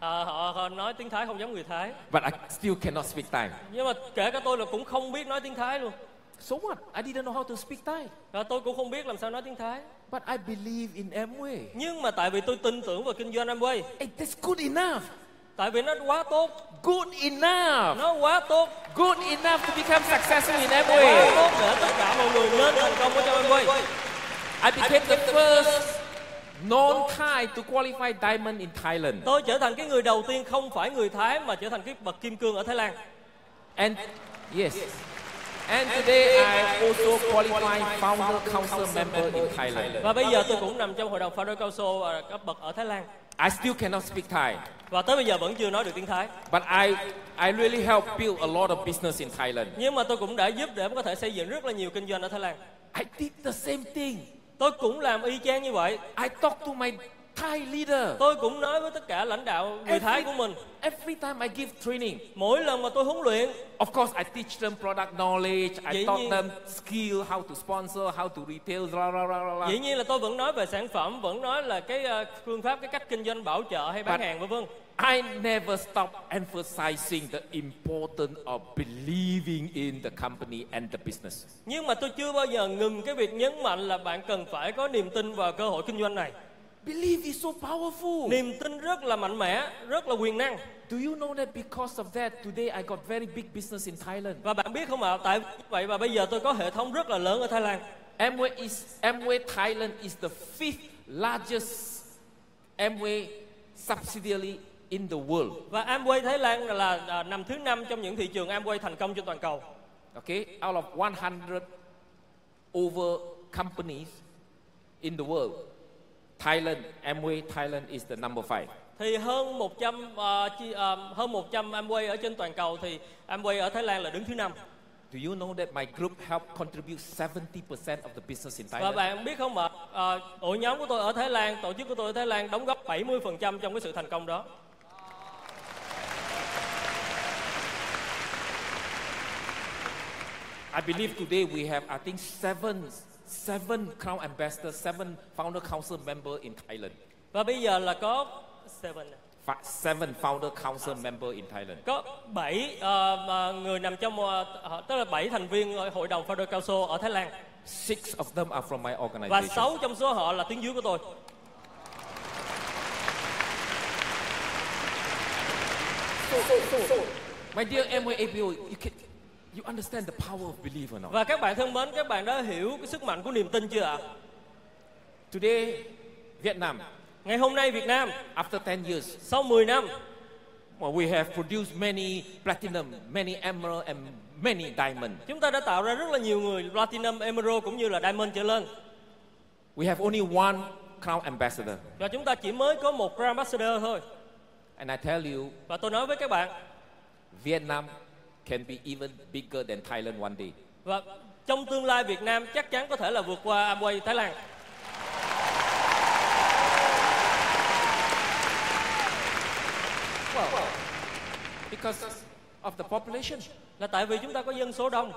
S4: À, họ, họ nói tiếng Thái không giống người Thái.
S3: but I still cannot speak Thai.
S4: Nhưng mà kể cả tôi là cũng không biết nói tiếng Thái luôn.
S3: So what? I didn't know how to speak Thai,
S4: Và tôi cũng không biết làm sao nói tiếng Thái.
S3: but I believe in Amway.
S4: Nhưng mà tại vì tôi tin tưởng vào kinh doanh Amway,
S3: Hey, that's good enough.
S4: tại vì nó quá tốt,
S3: Good enough.
S4: nó quá tốt,
S3: Good enough to become successful in
S4: quá
S3: Amway.
S4: tốt để tất cả mọi người nên thành công ở trong Amway.
S3: I became the first non-Thai to qualify diamond in Thailand.
S4: Tôi trở thành cái người đầu tiên không phải người Thái mà trở thành cái bậc kim cương ở Thái Lan.
S3: And yes. And today I also qualified founder council member in Thailand.
S4: Và bây giờ tôi cũng nằm trong hội đồng Founder Council à, cấp bậc ở Thái Lan.
S3: I still cannot speak Thai,
S4: Và tới bây giờ vẫn chưa nói được tiếng Thái.
S3: but I I really helped build a lot of business in Thailand.
S4: Nhưng mà tôi cũng đã giúp để có thể xây dựng rất là nhiều kinh doanh ở Thái Lan.
S3: I did the same thing.
S4: Tôi cũng làm y chang như vậy.
S3: I talked to my Thai leader
S4: Tôi cũng nói với tất cả lãnh đạo người Thái của mình.
S3: every time I give training.
S4: Mỗi lần mà tôi huấn luyện,
S3: Of course, I teach them product knowledge. I
S4: Dĩ
S3: taught
S4: nhiên.
S3: them skill, how to sponsor, how to retail, blah, blah, blah, blah,
S4: dĩ
S3: blah.
S4: nhiên là tôi vẫn nói về sản phẩm, vẫn nói là cái ờ, phương pháp, cái cách kinh doanh bảo trợ hay bán
S3: Bạn-
S4: hàng vân vân.
S3: I never stop emphasizing the importance of believing in the company and the business.
S4: Nhưng mà tôi chưa bao giờ ngừng cái việc nhấn mạnh là bạn cần phải có niềm tin vào cơ hội kinh doanh này.
S3: Believe is so powerful.
S4: Niềm tin rất là mạnh mẽ, rất là quyền năng.
S3: Do you know that because of that, today I got very big business in Thailand.
S4: Và bạn biết không ạ, tại vì như vậy và bây giờ tôi có hệ thống rất là lớn ở Thái Lan.
S3: Amway is Amway Thailand is the fifth largest Amway subsidiary in the world.
S4: Và Amway Thái Lan là à, nằm thứ năm trong những thị trường Amway thành công trên toàn cầu.
S3: Okay, out of 100 over companies in the world, Thailand, Amway Thailand is the number five.
S4: Thì hơn 100 ờ, chi- ờ, hơn 100 Amway ở trên toàn cầu thì Amway ở Thái Lan là đứng thứ năm.
S3: Do you know that my group helped contribute 70% of the business in
S4: Và
S3: Thailand?
S4: bạn biết không ạ, ờ, hội nhóm của tôi ở Thái Lan, tổ chức của tôi ở Thái Lan đóng góp 70% trong cái sự thành công đó.
S3: I believe today we have, I think, seven, seven crown ambassadors, seven founder council member in Thailand.
S4: Và bây giờ là có seven nè.
S3: Fi- Seven founder council member in Thailand.
S4: có 7 người nằm trong ờ, tức là 7 thành viên ở hội đồng Founder Council ở Thái Lan
S3: Six of them are from my
S4: và
S3: organization.
S4: 6 trong số họ là tiếng dưới của tôi.
S3: My dear Amway APO, you can, you understand the power of belief or not?
S4: Và các bạn thân mến, các bạn đã hiểu cái sức mạnh của niềm tin chưa ạ?
S3: Today, Vietnam,
S4: Ngày hôm nay Việt Nam
S3: after 10 years,
S4: sau 10 năm
S3: well, we have produced many platinum, many emerald, and many diamond.
S4: chúng ta đã tạo ra rất là nhiều người platinum, emerald cũng như là diamond trở lên
S3: We have only one crown ambassador.
S4: và chúng ta chỉ mới có một Grand Ambassador thôi.
S3: And I tell you,
S4: Và tôi nói với các bạn
S3: Vietnam can be even bigger than Thailand one day.
S4: và trong tương lai Việt Nam chắc chắn có thể là vượt qua Amway Thái Lan.
S3: Because of the population,
S4: Là tại vì chúng ta có dân số đông.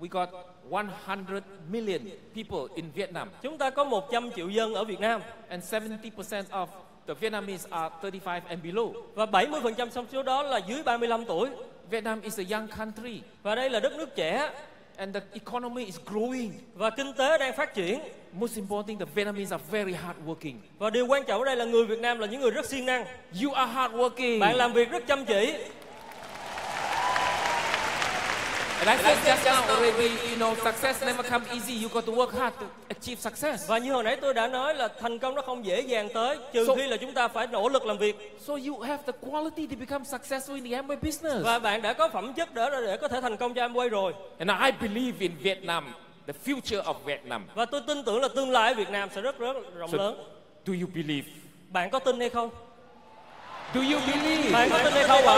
S3: we got 100 million people in Vietnam,
S4: Chúng ta có 100 triệu dân ở Việt Nam.
S3: and 70% of the Vietnamese are 35 and below.
S4: Và 70% trong số đó là dưới 35 tuổi.
S3: Vietnam is a young country,
S4: Và đây là đất nước trẻ
S3: and the economy is growing.
S4: và kinh tế đang phát triển.
S3: Most important, the Vietnamese are very hardworking.
S4: Và điều quan trọng ở đây là người Việt Nam là những người rất siêng năng.
S3: You are hardworking.
S4: Bạn làm việc rất chăm chỉ.
S3: And I said just now already, you know, success never come easy. You got to work hard to achieve success.
S4: Và như hồi nãy tôi đã nói là thành công nó không dễ dàng tới trừ
S3: So-
S4: khi là chúng ta phải nỗ lực làm việc.
S3: So you have the quality to become successful in the Amway business.
S4: Và bạn đã có phẩm chất để để có thể thành công cho Amway rồi.
S3: And I believe in Vietnam, the future of Vietnam.
S4: Và tôi tin tưởng là tương lai ở Việt Nam sẽ rất rất rộng
S3: So,
S4: lớn.
S3: do you believe?
S4: Bạn có tin hay không?
S3: Do you believe?
S4: Bạn có tin hay không ạ?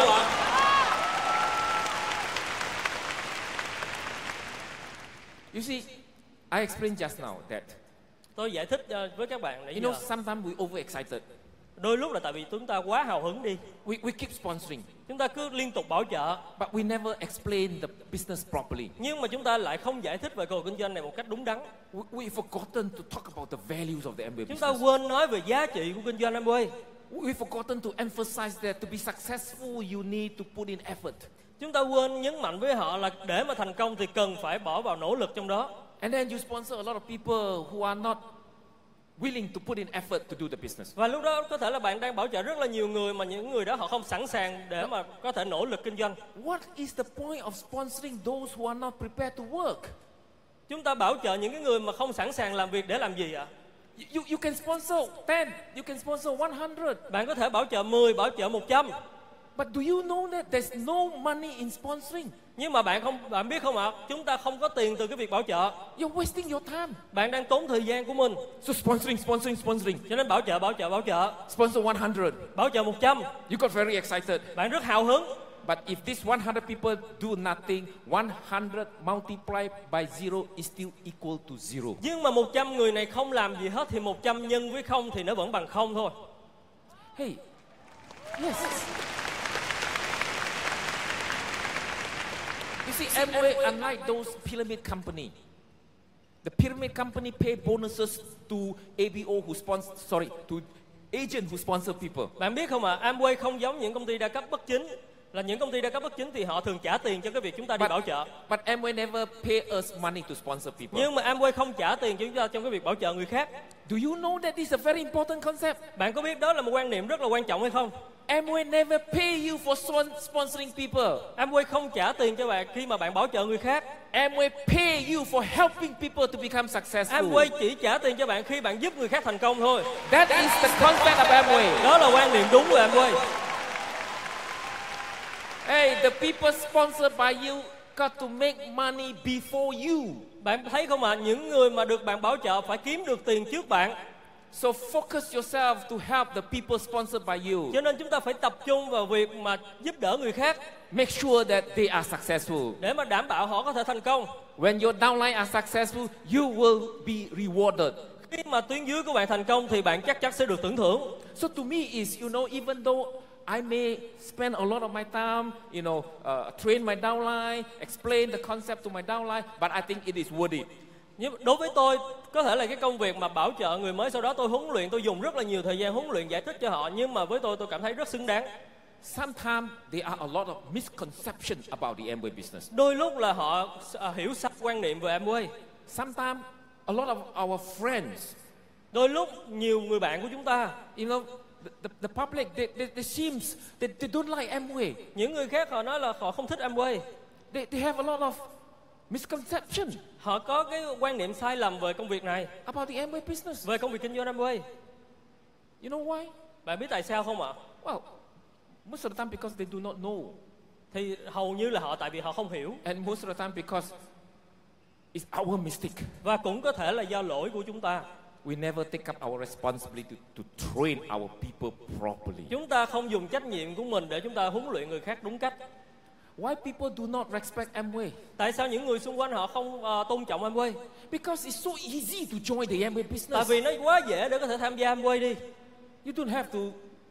S3: You see, I explained just now that
S4: Tôi giải thích ờ, với các bạn nãy
S3: you know
S4: giờ.
S3: sometimes we overexcited.
S4: Đôi lúc là tại vì chúng ta quá hào hứng đi.
S3: We, we keep sponsoring,
S4: Chúng ta cứ liên tục bảo trợ
S3: but we never explain the business properly.
S4: nhưng mà chúng ta lại không giải thích về cơ hội kinh doanh này một cách đúng đắn.
S3: We, we've forgotten to talk about the values of the Amway
S4: Chúng ta
S3: business.
S4: quên nói về giá trị của kinh doanh Amway.
S3: We've forgotten to emphasize that to be successful, you need to put in effort.
S4: Chúng ta quên nhấn mạnh với họ là để mà thành công thì cần phải bỏ vào nỗ lực trong đó.
S3: And then you sponsor a lot of people who are not willing to put in effort to do the business.
S4: Và lúc đó có thể là bạn đang bảo trợ rất là nhiều người mà những người đó họ không sẵn sàng để mà có thể nỗ lực kinh doanh.
S3: What is the point of sponsoring those who are not prepared to work?
S4: Chúng ta bảo trợ những cái người mà không sẵn sàng làm việc để làm gì ạ?
S3: You, you, you can sponsor 10, you can sponsor 100,
S4: Bạn có thể bảo trợ 10, bảo trợ 100
S3: but do you know that there's no money in sponsoring?
S4: nhưng mà bạn không bạn biết không ạ? Chúng ta không có tiền từ cái việc bảo trợ.
S3: You're wasting your time.
S4: Bạn đang tốn thời gian của mình.
S3: So sponsoring, sponsoring, sponsoring.
S4: Cho nên bảo trợ, bảo trợ, bảo trợ,
S3: Sponsor 100.
S4: bảo trợ 100.
S3: You got very excited.
S4: Bạn rất hào hứng
S3: But if these 100 people do nothing, 100 multiplied by zero is still equal to zero.
S4: nhưng mà 100 người này không làm gì hết thì 100 nhân với không thì nó vẫn bằng không thôi.
S3: Hey, yes. You see, Amway, unlike those pyramid company, the pyramid company pay bonuses to ABO who sponsor, sorry, to agent who sponsor people.
S4: Bạn biết không ạ? Amway không giống những công ty đa cấp bất chính là những công ty đa cấp bất chính thì họ thường trả tiền cho cái việc chúng ta đi bảo trợ.
S3: but Amway never pay us money to sponsor people.
S4: Nhưng mà Amway không trả tiền cho chúng ta trong cái việc bảo trợ người khác.
S3: Do you know that this is a very important concept?
S4: Bạn có biết đó là một quan niệm rất là quan trọng hay không?
S3: Amway never pay you for spon- sponsoring people.
S4: Amway không trả tiền cho bạn khi mà bạn bảo trợ người khác.
S3: Amway pay you for helping people to become successful.
S4: Amway chỉ trả tiền cho bạn khi bạn giúp người khác thành công thôi.
S3: That is the concept of Amway.
S4: Đó là quan niệm đúng của Amway.
S3: Hey, the people sponsored by you got to make money before you.
S4: Bạn thấy không ạ? Những người mà được bạn bảo trợ phải kiếm được tiền trước bạn.
S3: So focus yourself to help the people sponsored by you.
S4: Cho nên chúng ta phải tập trung vào việc mà giúp đỡ người khác
S3: Make sure that they are successful.
S4: để mà đảm bảo họ có thể thành công.
S3: When your downline are successful, you will be rewarded.
S4: Khi mà tuyến dưới của bạn thành công thì bạn chắc chắn sẽ được tưởng thưởng.
S3: So to me is, you know, even though I may spend a lot of my time, you know, uh, train my downline, explain the concept to my downline, but I think it is worth it.
S4: Nhưng đối với tôi, có thể là cái công việc mà bảo trợ người mới sau đó tôi huấn luyện, tôi dùng rất là nhiều thời gian huấn luyện giải thích cho họ nhưng mà với tôi tôi cảm thấy rất xứng đáng.
S3: Sometimes there are a lot of misconceptions about the Amway business.
S4: Đôi lúc là họ à, hiểu sai quan niệm về Amway.
S3: Sometimes a lot of our friends,
S4: Đôi lúc nhiều người bạn của chúng ta,
S3: you know, the, the, the public, they, they, they seems they, they don't like Amway.
S4: những người khác họ nói là họ không thích Amway.
S3: They, they have a lot of misconception
S4: Họ có cái quan niệm sai lầm về công việc này,
S3: about the Amway business.
S4: về công việc kinh doanh Amway.
S3: You know why?
S4: Bạn biết tại sao không ạ?
S3: Well, most of the time because they do not know,
S4: Thì hầu như là họ tại vì họ không hiểu
S3: and most of the time because it's our mistake.
S4: và cũng có thể là do lỗi của chúng ta.
S3: We never take up our responsibility to, to train our people properly.
S4: Chúng ta không dùng trách nhiệm của mình để chúng ta huấn luyện người khác đúng cách.
S3: Why people do not respect Amway?
S4: Tại sao những người xung quanh họ không ờ, tôn trọng Amway?
S3: Because it's so easy to join the Amway
S4: Tại
S3: business.
S4: vì nó quá dễ để có thể tham gia Amway đi.
S3: You don't have to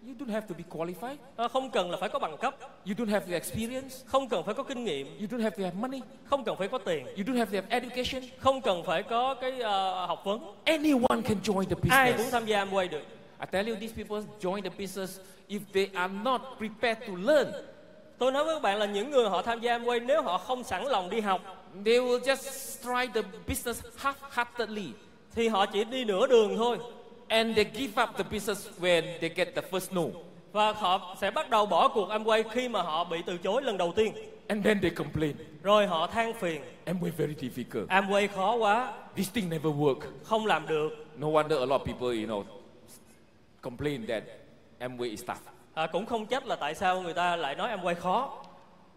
S3: you don't have to be qualified.
S4: Ờ, Không cần là phải có bằng cấp,
S3: You don't have the experience.
S4: không cần phải có kinh nghiệm,
S3: You don't have to have money.
S4: không cần phải có tiền,
S3: You don't have to have education.
S4: không cần phải có cái ờ, học vấn.
S3: Anyone can join the
S4: Ai cũng
S3: business.
S4: tham gia Amway được.
S3: I tell you, these people join the business if they are not prepared to learn.
S4: Tôi nói với các bạn là những người họ tham gia Amway nếu họ không sẵn lòng đi học
S3: They will just try the business half-heartedly
S4: thì họ chỉ đi nửa đường thôi
S3: and they give up the business when they get the first no.
S4: và họ sẽ bắt đầu bỏ cuộc Amway khi mà họ bị từ chối lần đầu tiên.
S3: And then they complain.
S4: Rồi họ than phiền,
S3: Amway very difficult.
S4: Amway khó quá,
S3: This thing never work.
S4: không làm được.
S3: No wonder a lot of people, you know, complain that Amway is tough.
S4: À, cũng không trách là tại sao người ta lại nói Amway khó.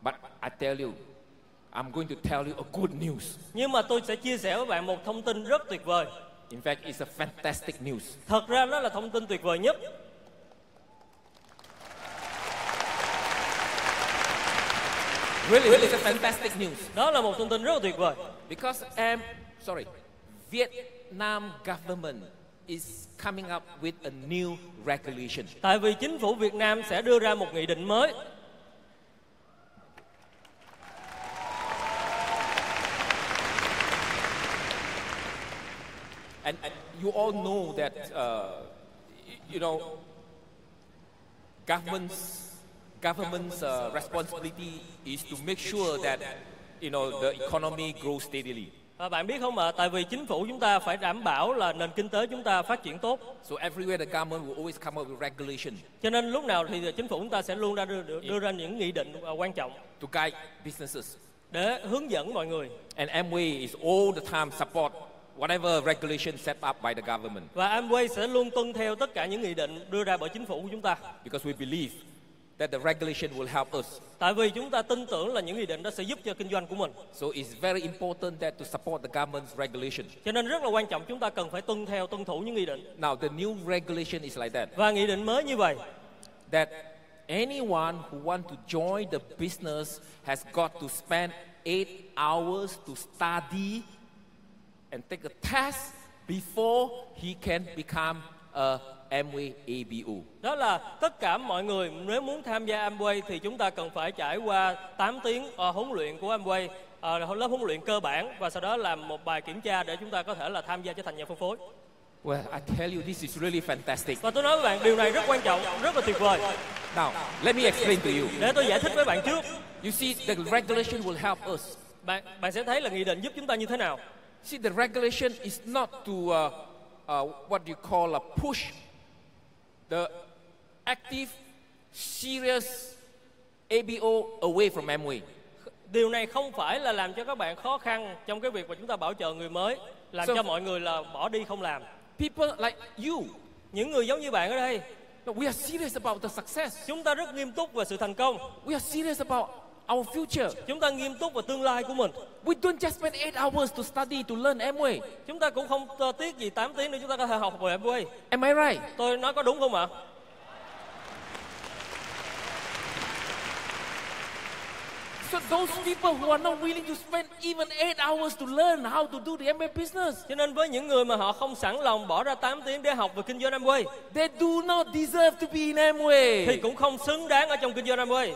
S3: But I tell you, I'm going to tell you a good news.
S4: Nhưng mà tôi sẽ chia sẻ với bạn một thông tin rất tuyệt vời.
S3: In fact, it's a fantastic news.
S4: Thật ra nó là thông tin tuyệt vời nhất.
S3: Really, it's a fantastic news
S4: Đó là một thông tin rất là tuyệt vời.
S3: because um, sorry, Vietnam government is coming up with a new regulation.
S4: Tại vì chính phủ Việt Nam sẽ đưa ra một nghị định mới.
S3: And, and you all know that, uh, y- you know, governments, government's uh, responsibility is to make sure that, you know, the economy grows steadily.
S4: À, bạn biết không ạ? Tại vì chính phủ chúng ta phải đảm bảo là nền kinh tế chúng ta phát triển tốt.
S3: So everywhere the government will always come up with regulation
S4: Cho nên lúc nào thì chính phủ chúng ta sẽ luôn ra đưa, đưa, đưa ra những nghị định à, quan trọng
S3: to guide businesses.
S4: để hướng dẫn mọi người.
S3: And Amway is all the time support whatever regulation set up by the government
S4: Và Amway sẽ luôn tuân theo tất cả những nghị định đưa ra bởi chính phủ của chúng ta.
S3: because we believe that the regulation will help us.
S4: Tại vì chúng ta tin tưởng là những nghị định đó sẽ giúp cho kinh doanh của mình.
S3: So it's very important that to support the government's regulation.
S4: Cho nên rất là quan trọng chúng ta cần phải tuân theo, tuân thủ những nghị định.
S3: Now the new regulation is like that.
S4: Và nghị định mới như vậy
S3: that anyone who want to join the business has got to spend eight hours to study and take a test before he can become a Amway ABO.
S4: đó là tất cả mọi người nếu muốn tham gia Amway thì chúng ta cần phải trải qua 8 tiếng ờ, huấn luyện của Amway, ờ, lớp huấn luyện cơ bản và sau đó làm một bài kiểm tra để chúng ta có thể là tham gia trở thành nhà phân phối.
S3: Well, I tell you, this is really fantastic.
S4: Và tôi nói với bạn điều này rất quan trọng, rất là tuyệt vời.
S3: Now, let me explain to you.
S4: Để tôi giải thích với bạn trước.
S3: You see, the regulation will help us.
S4: Bạn bạn sẽ thấy là nghị định giúp chúng ta như thế nào.
S3: See, the regulation is not to uh, uh, what you call a push the active, serious ABO away from E. Amway.
S4: Điều này không phải là làm cho các bạn khó khăn trong cái việc mà chúng ta bảo trợ người mới, làm
S3: Sao-
S4: cho mọi người là bỏ đi không làm.
S3: People like you,
S4: Những người giống như bạn ở đây,
S3: no, we are serious about the success.
S4: chúng ta rất nghiêm túc về sự thành công,
S3: We are serious about our future.
S4: chúng ta nghiêm túc về tương lai của mình.
S3: We don't just spend eight hours to study to learn E. Amway.
S4: Chúng ta cũng không tơ tiếc gì 8 tiếng để chúng ta có thể học về Amway.
S3: Am I right?
S4: Tôi nói có đúng không ạ?
S3: So those people who are not willing to spend even eight hours to learn how to do the Amway business,
S4: Cho nên với những người mà họ không sẵn lòng bỏ ra 8 tiếng để học về kinh doanh Amway
S3: they do not deserve to be in
S4: thì
S3: Amway.
S4: cũng không xứng đáng ở trong kinh doanh Amway.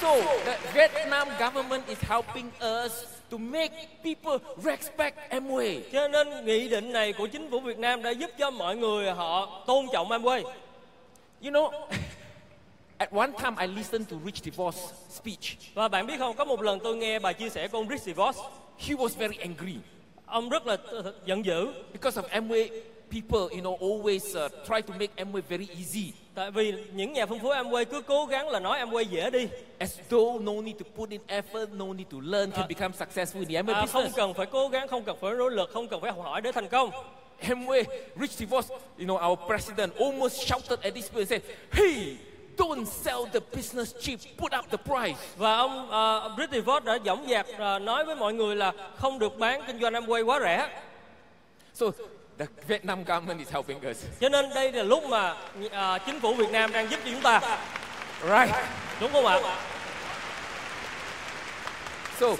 S3: So the Vietnam government is helping us to make people respect Amway.
S4: Cho nên nghị định này của chính phủ Việt Nam đã giúp cho mọi người họ tôn trọng Amway.
S3: You know, *laughs* at one time I listened to Rich DeVos' speech.
S4: Và bạn biết không, có một lần tôi nghe bài chia sẻ của ông Rick DeVos.
S3: He was very angry
S4: Ông rất là t- t- giận dữ
S3: because of Amway people, you know, always uh, try to make Amway very easy
S4: tại vì những nhà phân phối Amway cứ cố gắng là nói Amway dễ đi.
S3: as though no need to put in effort, no need to learn can
S4: Uh,
S3: become successful in the Amway
S4: À, không
S3: business.
S4: cần phải cố gắng, không cần phải nỗ lực, không cần phải học hỏi để thành công.
S3: Amway, Rich DeVos, you know, our president almost shouted at these people and said, hey, don't sell the business cheap, put up the price.
S4: Và ông uh, Rick DeVos đã dõng dạc ờ, nói với mọi người là không được bán kinh doanh Amway quá rẻ.
S3: So the Vietnam government is helping us,
S4: Cho nên đây là lúc mà ờ, chính phủ Việt Nam đang giúp cho chúng ta,
S3: right?
S4: đúng không ạ?
S3: So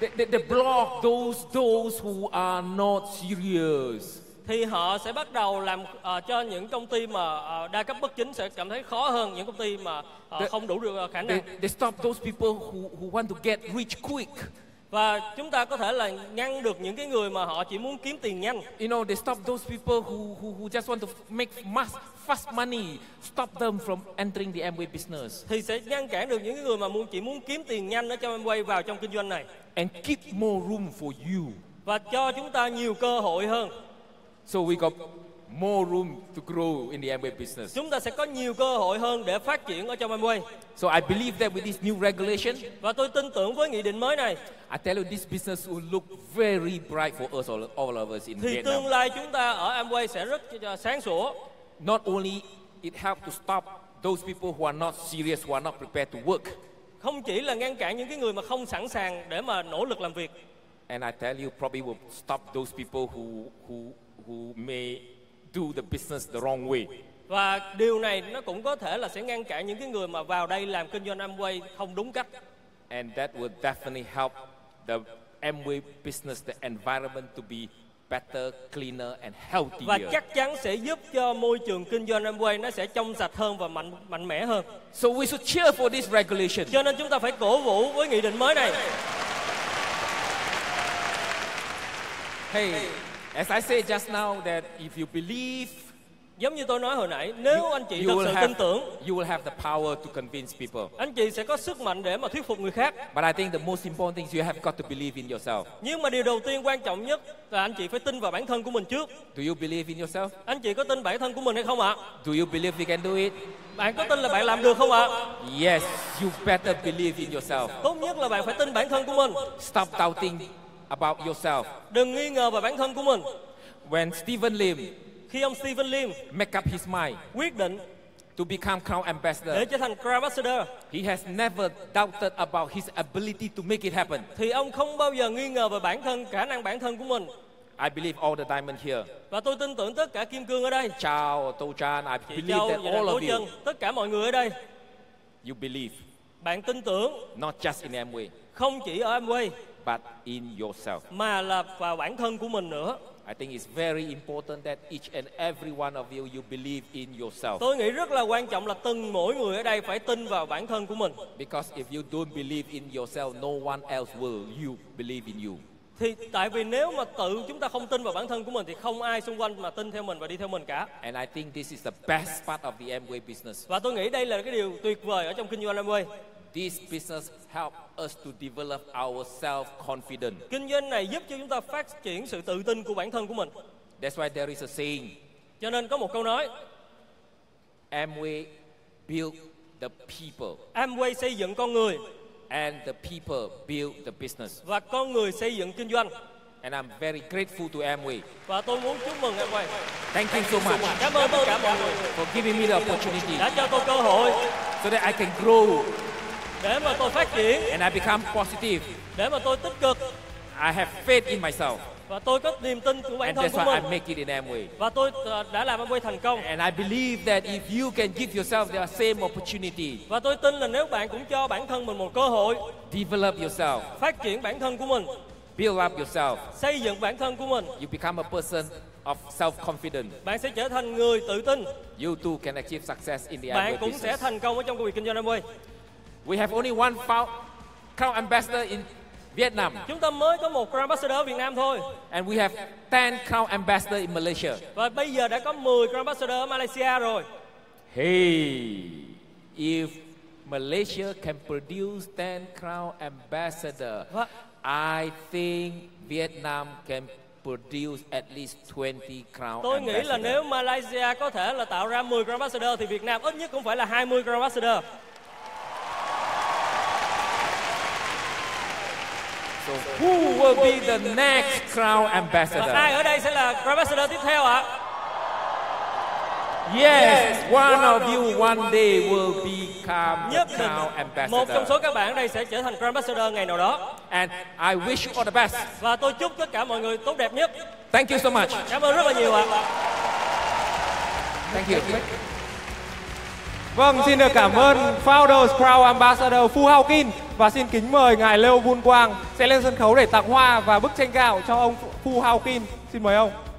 S3: they, they, they block those those who are not serious.
S4: Thì họ sẽ bắt đầu làm ờ, cho những công ty mà ờ, đa cấp bất chính sẽ cảm thấy khó hơn những công ty mà ờ,
S3: Thế-
S4: không đủ được ờ, khả năng.
S3: They, they stop those people who, who want to get rich quick.
S4: Và chúng ta có thể là ngăn được những cái người mà họ chỉ muốn kiếm tiền nhanh.
S3: You know, they stop those people who, who, who just want to f- make mass, fast money. Stop them from entering the Amway business
S4: Thì sẽ ngăn cản được những cái người mà muốn chỉ muốn kiếm tiền nhanh ở trong Amway vào trong kinh doanh này.
S3: and keep more room for you.
S4: Và cho chúng ta nhiều cơ hội hơn.
S3: So we got more room to grow in the Amway business.
S4: Chúng ta sẽ có nhiều cơ hội hơn để phát triển ở trong Amway.
S3: So I believe that with this new regulation,
S4: Và tôi tin tưởng với nghị định mới này
S3: I tell you, this business will look very bright for us all, all of us in
S4: thì
S3: Vietnam.
S4: tương lai chúng ta ở Amway sẽ rất ch- sáng sủa.
S3: Not only it helped to stop those people who are not serious, who are not prepared to work.
S4: Không chỉ là ngăn cản những cái người mà không sẵn sàng để mà nỗ lực làm việc
S3: And I tell you, probably will stop those people who, who, who may do the business the wrong way.
S4: và điều này nó cũng có thể là sẽ ngăn cản những cái người mà vào đây làm kinh doanh Amway không đúng cách
S3: And that will definitely help the Amway business, the environment to be better, cleaner, and
S4: và
S3: healthier.
S4: chắc chắn sẽ giúp cho môi trường kinh doanh Amway nó sẽ trong sạch hơn và mạnh mạnh mẽ hơn.
S3: So we should cheer for this regulation.
S4: Cho nên chúng ta phải cổ vũ với nghị định mới này.
S3: Hey, as I said just now, that if you believe,
S4: Giống như tôi nói hồi nãy, nếu anh chị
S3: you
S4: thật
S3: will
S4: sự
S3: have-
S4: tin tưởng,
S3: you will have the power to convince people.
S4: anh chị sẽ có sức mạnh để mà thuyết phục người khác.
S3: But I think the most important thing is you have got to believe in yourself.
S4: Nhưng mà điều đầu tiên quan trọng nhất là anh chị phải tin vào bản thân của mình trước.
S3: Do you believe in yourself?
S4: Anh chị có tin bản thân của mình hay không ạ?
S3: Do you believe you can do it?
S4: Bạn có tin là bạn làm được không ạ?
S3: Yes, you better believe in yourself.
S4: Tốt nhất là bạn phải tin bản thân của mình.
S3: Stop doubting about yourself.
S4: Đừng nghi ngờ về bản thân của mình.
S3: When Stephen Lim
S4: Khi ông Stephen Lim
S3: make up his mind
S4: quyết định
S3: to become crown
S4: để
S3: ambassador,
S4: trở thành Crown Ambassador
S3: he has never doubted about his ability to make it happen.
S4: thì ông không bao giờ nghi ngờ về bản thân, khả năng bản thân của mình.
S3: I believe all the diamond here.
S4: Và tôi tin tưởng tất cả kim cương ở đây,
S3: Chao, Tô Chan, I
S4: chị
S3: believe
S4: Châu,
S3: that
S4: vậy là
S3: all
S4: Tố
S3: of you,
S4: Chân, tất cả mọi người ở đây.
S3: you believe,
S4: Bạn tin tưởng
S3: not just in Amway,
S4: không chỉ ở Amway
S3: but in yourself.
S4: mà là vào bản thân của mình nữa.
S3: I think it's very important that each and every one of you, you believe in yourself.
S4: Tôi nghĩ rất là quan trọng là từng mỗi người ở đây phải tin vào bản thân của mình.
S3: Because if you don't believe in yourself, no one else will. You believe in you.
S4: Thì tại vì nếu mà tự chúng ta không tin vào bản thân của mình thì không ai xung quanh mà tin theo mình và đi theo mình cả.
S3: And I think this is the best part of the Amway business.
S4: Và tôi nghĩ đây là cái điều tuyệt vời ở trong kinh doanh Amway.
S3: This business help us to develop our self-confidence.
S4: Kinh doanh này giúp cho chúng ta phát triển sự tự tin của bản thân của mình.
S3: That's why there is a saying,
S4: Cho nên có một câu nói,
S3: Amway build the people
S4: Amway xây dựng con người
S3: and the people build the business.
S4: và con người xây dựng kinh doanh.
S3: And I'm very grateful to Amway.
S4: Và tôi muốn chúc mừng Amway.
S3: Thank you so much
S4: Cảm ơn tất cả mọi người
S3: for giving me the opportunity
S4: đã cho tôi cơ hội
S3: so that I can grow
S4: để mà tôi phát triển,
S3: and I become positive.
S4: để mà tôi tích cực
S3: I have faith in myself
S4: và tôi có niềm tin của bản
S3: and
S4: thân
S3: that's
S4: của
S3: why I
S4: mình.
S3: make it in Amway.
S4: Và tôi ờ, đã làm Amway thành công.
S3: And I believe that if you can give yourself the same opportunity,
S4: Và tôi tin là nếu bạn cũng cho bản thân mình một cơ hội
S3: develop yourself,
S4: phát triển bản thân của mình,
S3: build up yourself,
S4: xây dựng bản thân của mình,
S3: you become a person of self-confidence.
S4: bạn sẽ trở thành người tự tin,
S3: You too can achieve success in the
S4: bạn
S3: Amway
S4: cũng sẽ
S3: business.
S4: thành công ở trong công việc kinh doanh Amway.
S3: We have only one found crown ambassador in Vietnam,
S4: Chúng ta mới có một Grand Ambassador ở Việt Nam thôi
S3: and we have 10 crown ambassador in Malaysia.
S4: và bây giờ đã có 10 Grand Ambassador ở Malaysia rồi.
S3: Hey, if Malaysia can produce 10 crown ambassador,
S4: What?
S3: I think Vietnam can produce at least 20 crown
S4: Tôi nghĩ là
S3: ambassador.
S4: nếu Malaysia có thể là tạo ra 10 Grand Ambassador thì Việt Nam ít nhất cũng phải là 20 Grand Ambassador.
S3: So who will be the next crown
S4: Và ai
S3: ambassador?
S4: ở đây sẽ là Grand Ambassador tiếp theo ạ?
S3: Yes, one of you one day will become the
S4: Nhất định
S3: crown
S4: một trong
S3: ambassador.
S4: số các bạn ở đây sẽ trở thành Grand Ambassador ngày nào đó.
S3: And I wish you all the best.
S4: Và tôi chúc tất cả mọi người tốt đẹp nhất.
S3: Thank you so much.
S4: Cảm ơn rất là nhiều ạ.
S3: Thank you.
S1: Vâng, xin được cảm ơn Founders Crown Ambassador Phu Hao Kin và xin kính mời ngài Leo Vun Quang sẽ lên sân khấu để tặng hoa và bức tranh gạo cho ông Phu Hao Kin. Xin mời ông.